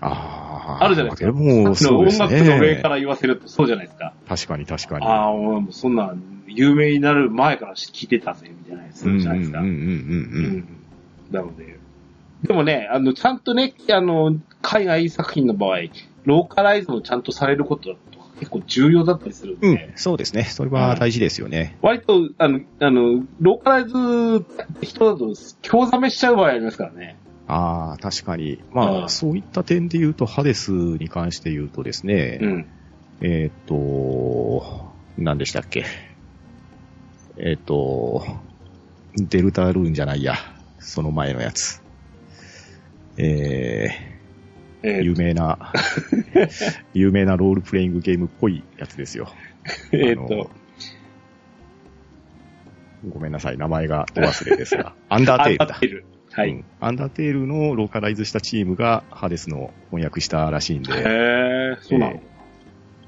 Speaker 2: ああ。
Speaker 1: あるじゃないですか。
Speaker 2: でも、
Speaker 1: さっきの
Speaker 2: そうですね。
Speaker 1: 音楽の上から言わせるとそうじゃないですか。
Speaker 2: 確かに確かに。
Speaker 1: ああ、俺もそんな、有名になる前から聞いてたぜ、みたいな、そうじゃないですか。
Speaker 2: うんうん
Speaker 1: う
Speaker 2: うんうんうん。
Speaker 1: んなので。でもね、あの、ちゃんとね、あの、海外作品の場合、ローカライズもちゃんとされることだとか結構重要だったりするんで、
Speaker 2: うん、そうですね。それは大事ですよね。
Speaker 1: 割と、あの、あの、ローカライズ人だと、興ざめしちゃう場合ありますからね。
Speaker 2: ああ、確かに。まあ、
Speaker 1: うん
Speaker 2: そういった点で言うと、ハデスに関して言うとですね、
Speaker 1: うん。
Speaker 2: えーっ、と、何でしたっけ。えーっ、と、デルタルーンじゃないや。その前のやつ。え
Speaker 1: え
Speaker 2: ー、有
Speaker 1: ー
Speaker 2: 名 な、有名なロールプレイングゲームっぽいやつですよ。
Speaker 1: えーっ
Speaker 2: あの
Speaker 1: と、
Speaker 2: ごめんなさい、名前がお忘れです が。アンダーテールだ。
Speaker 1: ル。は
Speaker 2: う
Speaker 1: い。
Speaker 2: んアンダーテールのローカライズしたチームがハデスの翻訳したらしいん
Speaker 1: へ
Speaker 2: で、
Speaker 1: え、そうなの
Speaker 2: え。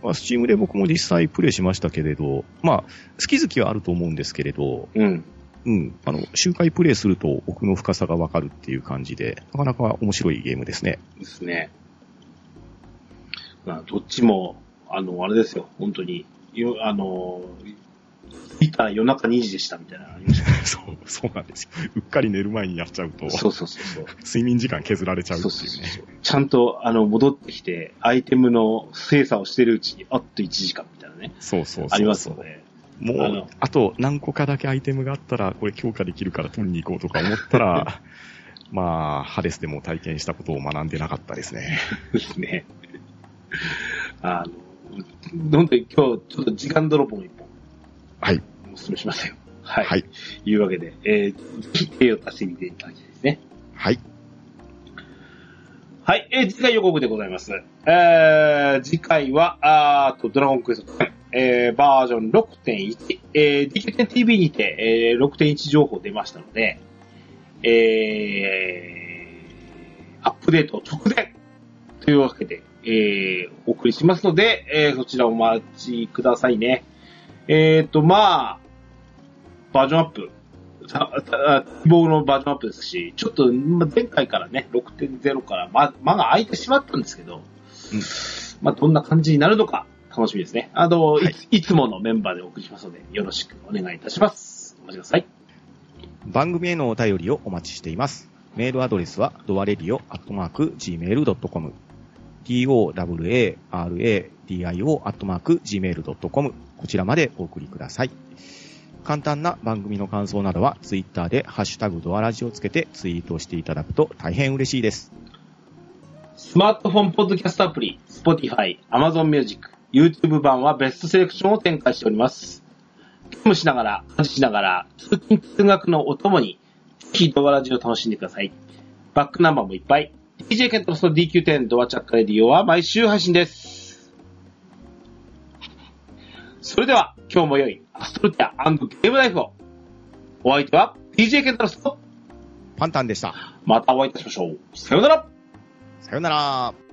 Speaker 2: まあ、スチームで僕も実際プレイしましたけれど、まあ、好き好きはあると思うんですけれど、
Speaker 1: うん。
Speaker 2: うん、あの、周回プレイすると奥の深さがわかるっていう感じで、なかなか面白いゲームですね。
Speaker 1: ですね。まあ、どっちも、あの、あれですよ、本当に。よあの、いたら夜中2時でしたみたいなのありました ね。
Speaker 2: そう、そうなんですよ。うっかり寝る前にやっちゃうと、
Speaker 1: そうそうそうそう。
Speaker 2: 睡眠時間削られちゃうって
Speaker 1: そう
Speaker 2: い
Speaker 1: そう
Speaker 2: う
Speaker 1: そう
Speaker 2: ね。
Speaker 1: そう。ちゃんと、あの、戻ってきて、アイテムの精査をしてるうちに、あっと1時間みたいなね。
Speaker 2: そうそうそう
Speaker 1: ありますよね。
Speaker 2: も
Speaker 1: あ
Speaker 2: う
Speaker 1: の、
Speaker 2: あと何個かだけアイテムがあったら、これ強化できるから取りに行こうとか思った ら、まあ、ハデスでも体験したことを学んでなかったですね。
Speaker 1: ですね。あの、本当に今日、ちょっと時間泥棒一本、
Speaker 2: はい。
Speaker 1: お勧めしましたよ。はい。
Speaker 2: はい
Speaker 1: い。うわけで、えー、ぜひ手を足してみていただきたいですね。
Speaker 2: はい。
Speaker 1: はい、えー次回予告でございます。えー、次回は、あーと、ドラゴンクエスト10、えー、バージョン6.1、えー、DQ10TV にて、えー、6.1情報出ましたので、えー、アップデート直前というわけで、えー、お送りしますので、えー、そちらお待ちくださいね。えーと、まあ、バージョンアップ、たた希望のバージョンアップですし、ちょっとま前回からね、6.0から間間が空いてしまったんですけど、
Speaker 2: うん
Speaker 1: まあどんな感じになるのか楽しみですね。あの、
Speaker 2: はい
Speaker 1: いつ、いつものメンバーでお送りしますので、よろしくお願いいたします。お待ちください。
Speaker 2: 番組へのお便りをお待ちしています。メールアドレスは、ドアレディオアットマーク Gmail.com。dowaradio アットマーク Gmail.com。こちらまでお送りください。簡単な番組の感想などは、ツイッターで、ハッシュタグドアラジをつけてツイートしていただくと大変嬉しいです。
Speaker 1: スマートフォンポッドキャストアプリ、Spotify、Amazon Music、YouTube 版はベストセレクションを展開しております。ゲームしながら、家事しながら、通勤通学のお供に、ぜひドアラジオを楽しんでください。バックナンバーもいっぱい。DJ ケントロスの DQ10 ドアチャックレディオは毎週配信です。それでは、今日も良いアストルティアゲームライフを。お相手は DJ ケントロスと、
Speaker 2: パンタンでした。
Speaker 1: またお会いいたしましょう。さようなら
Speaker 2: さよなら。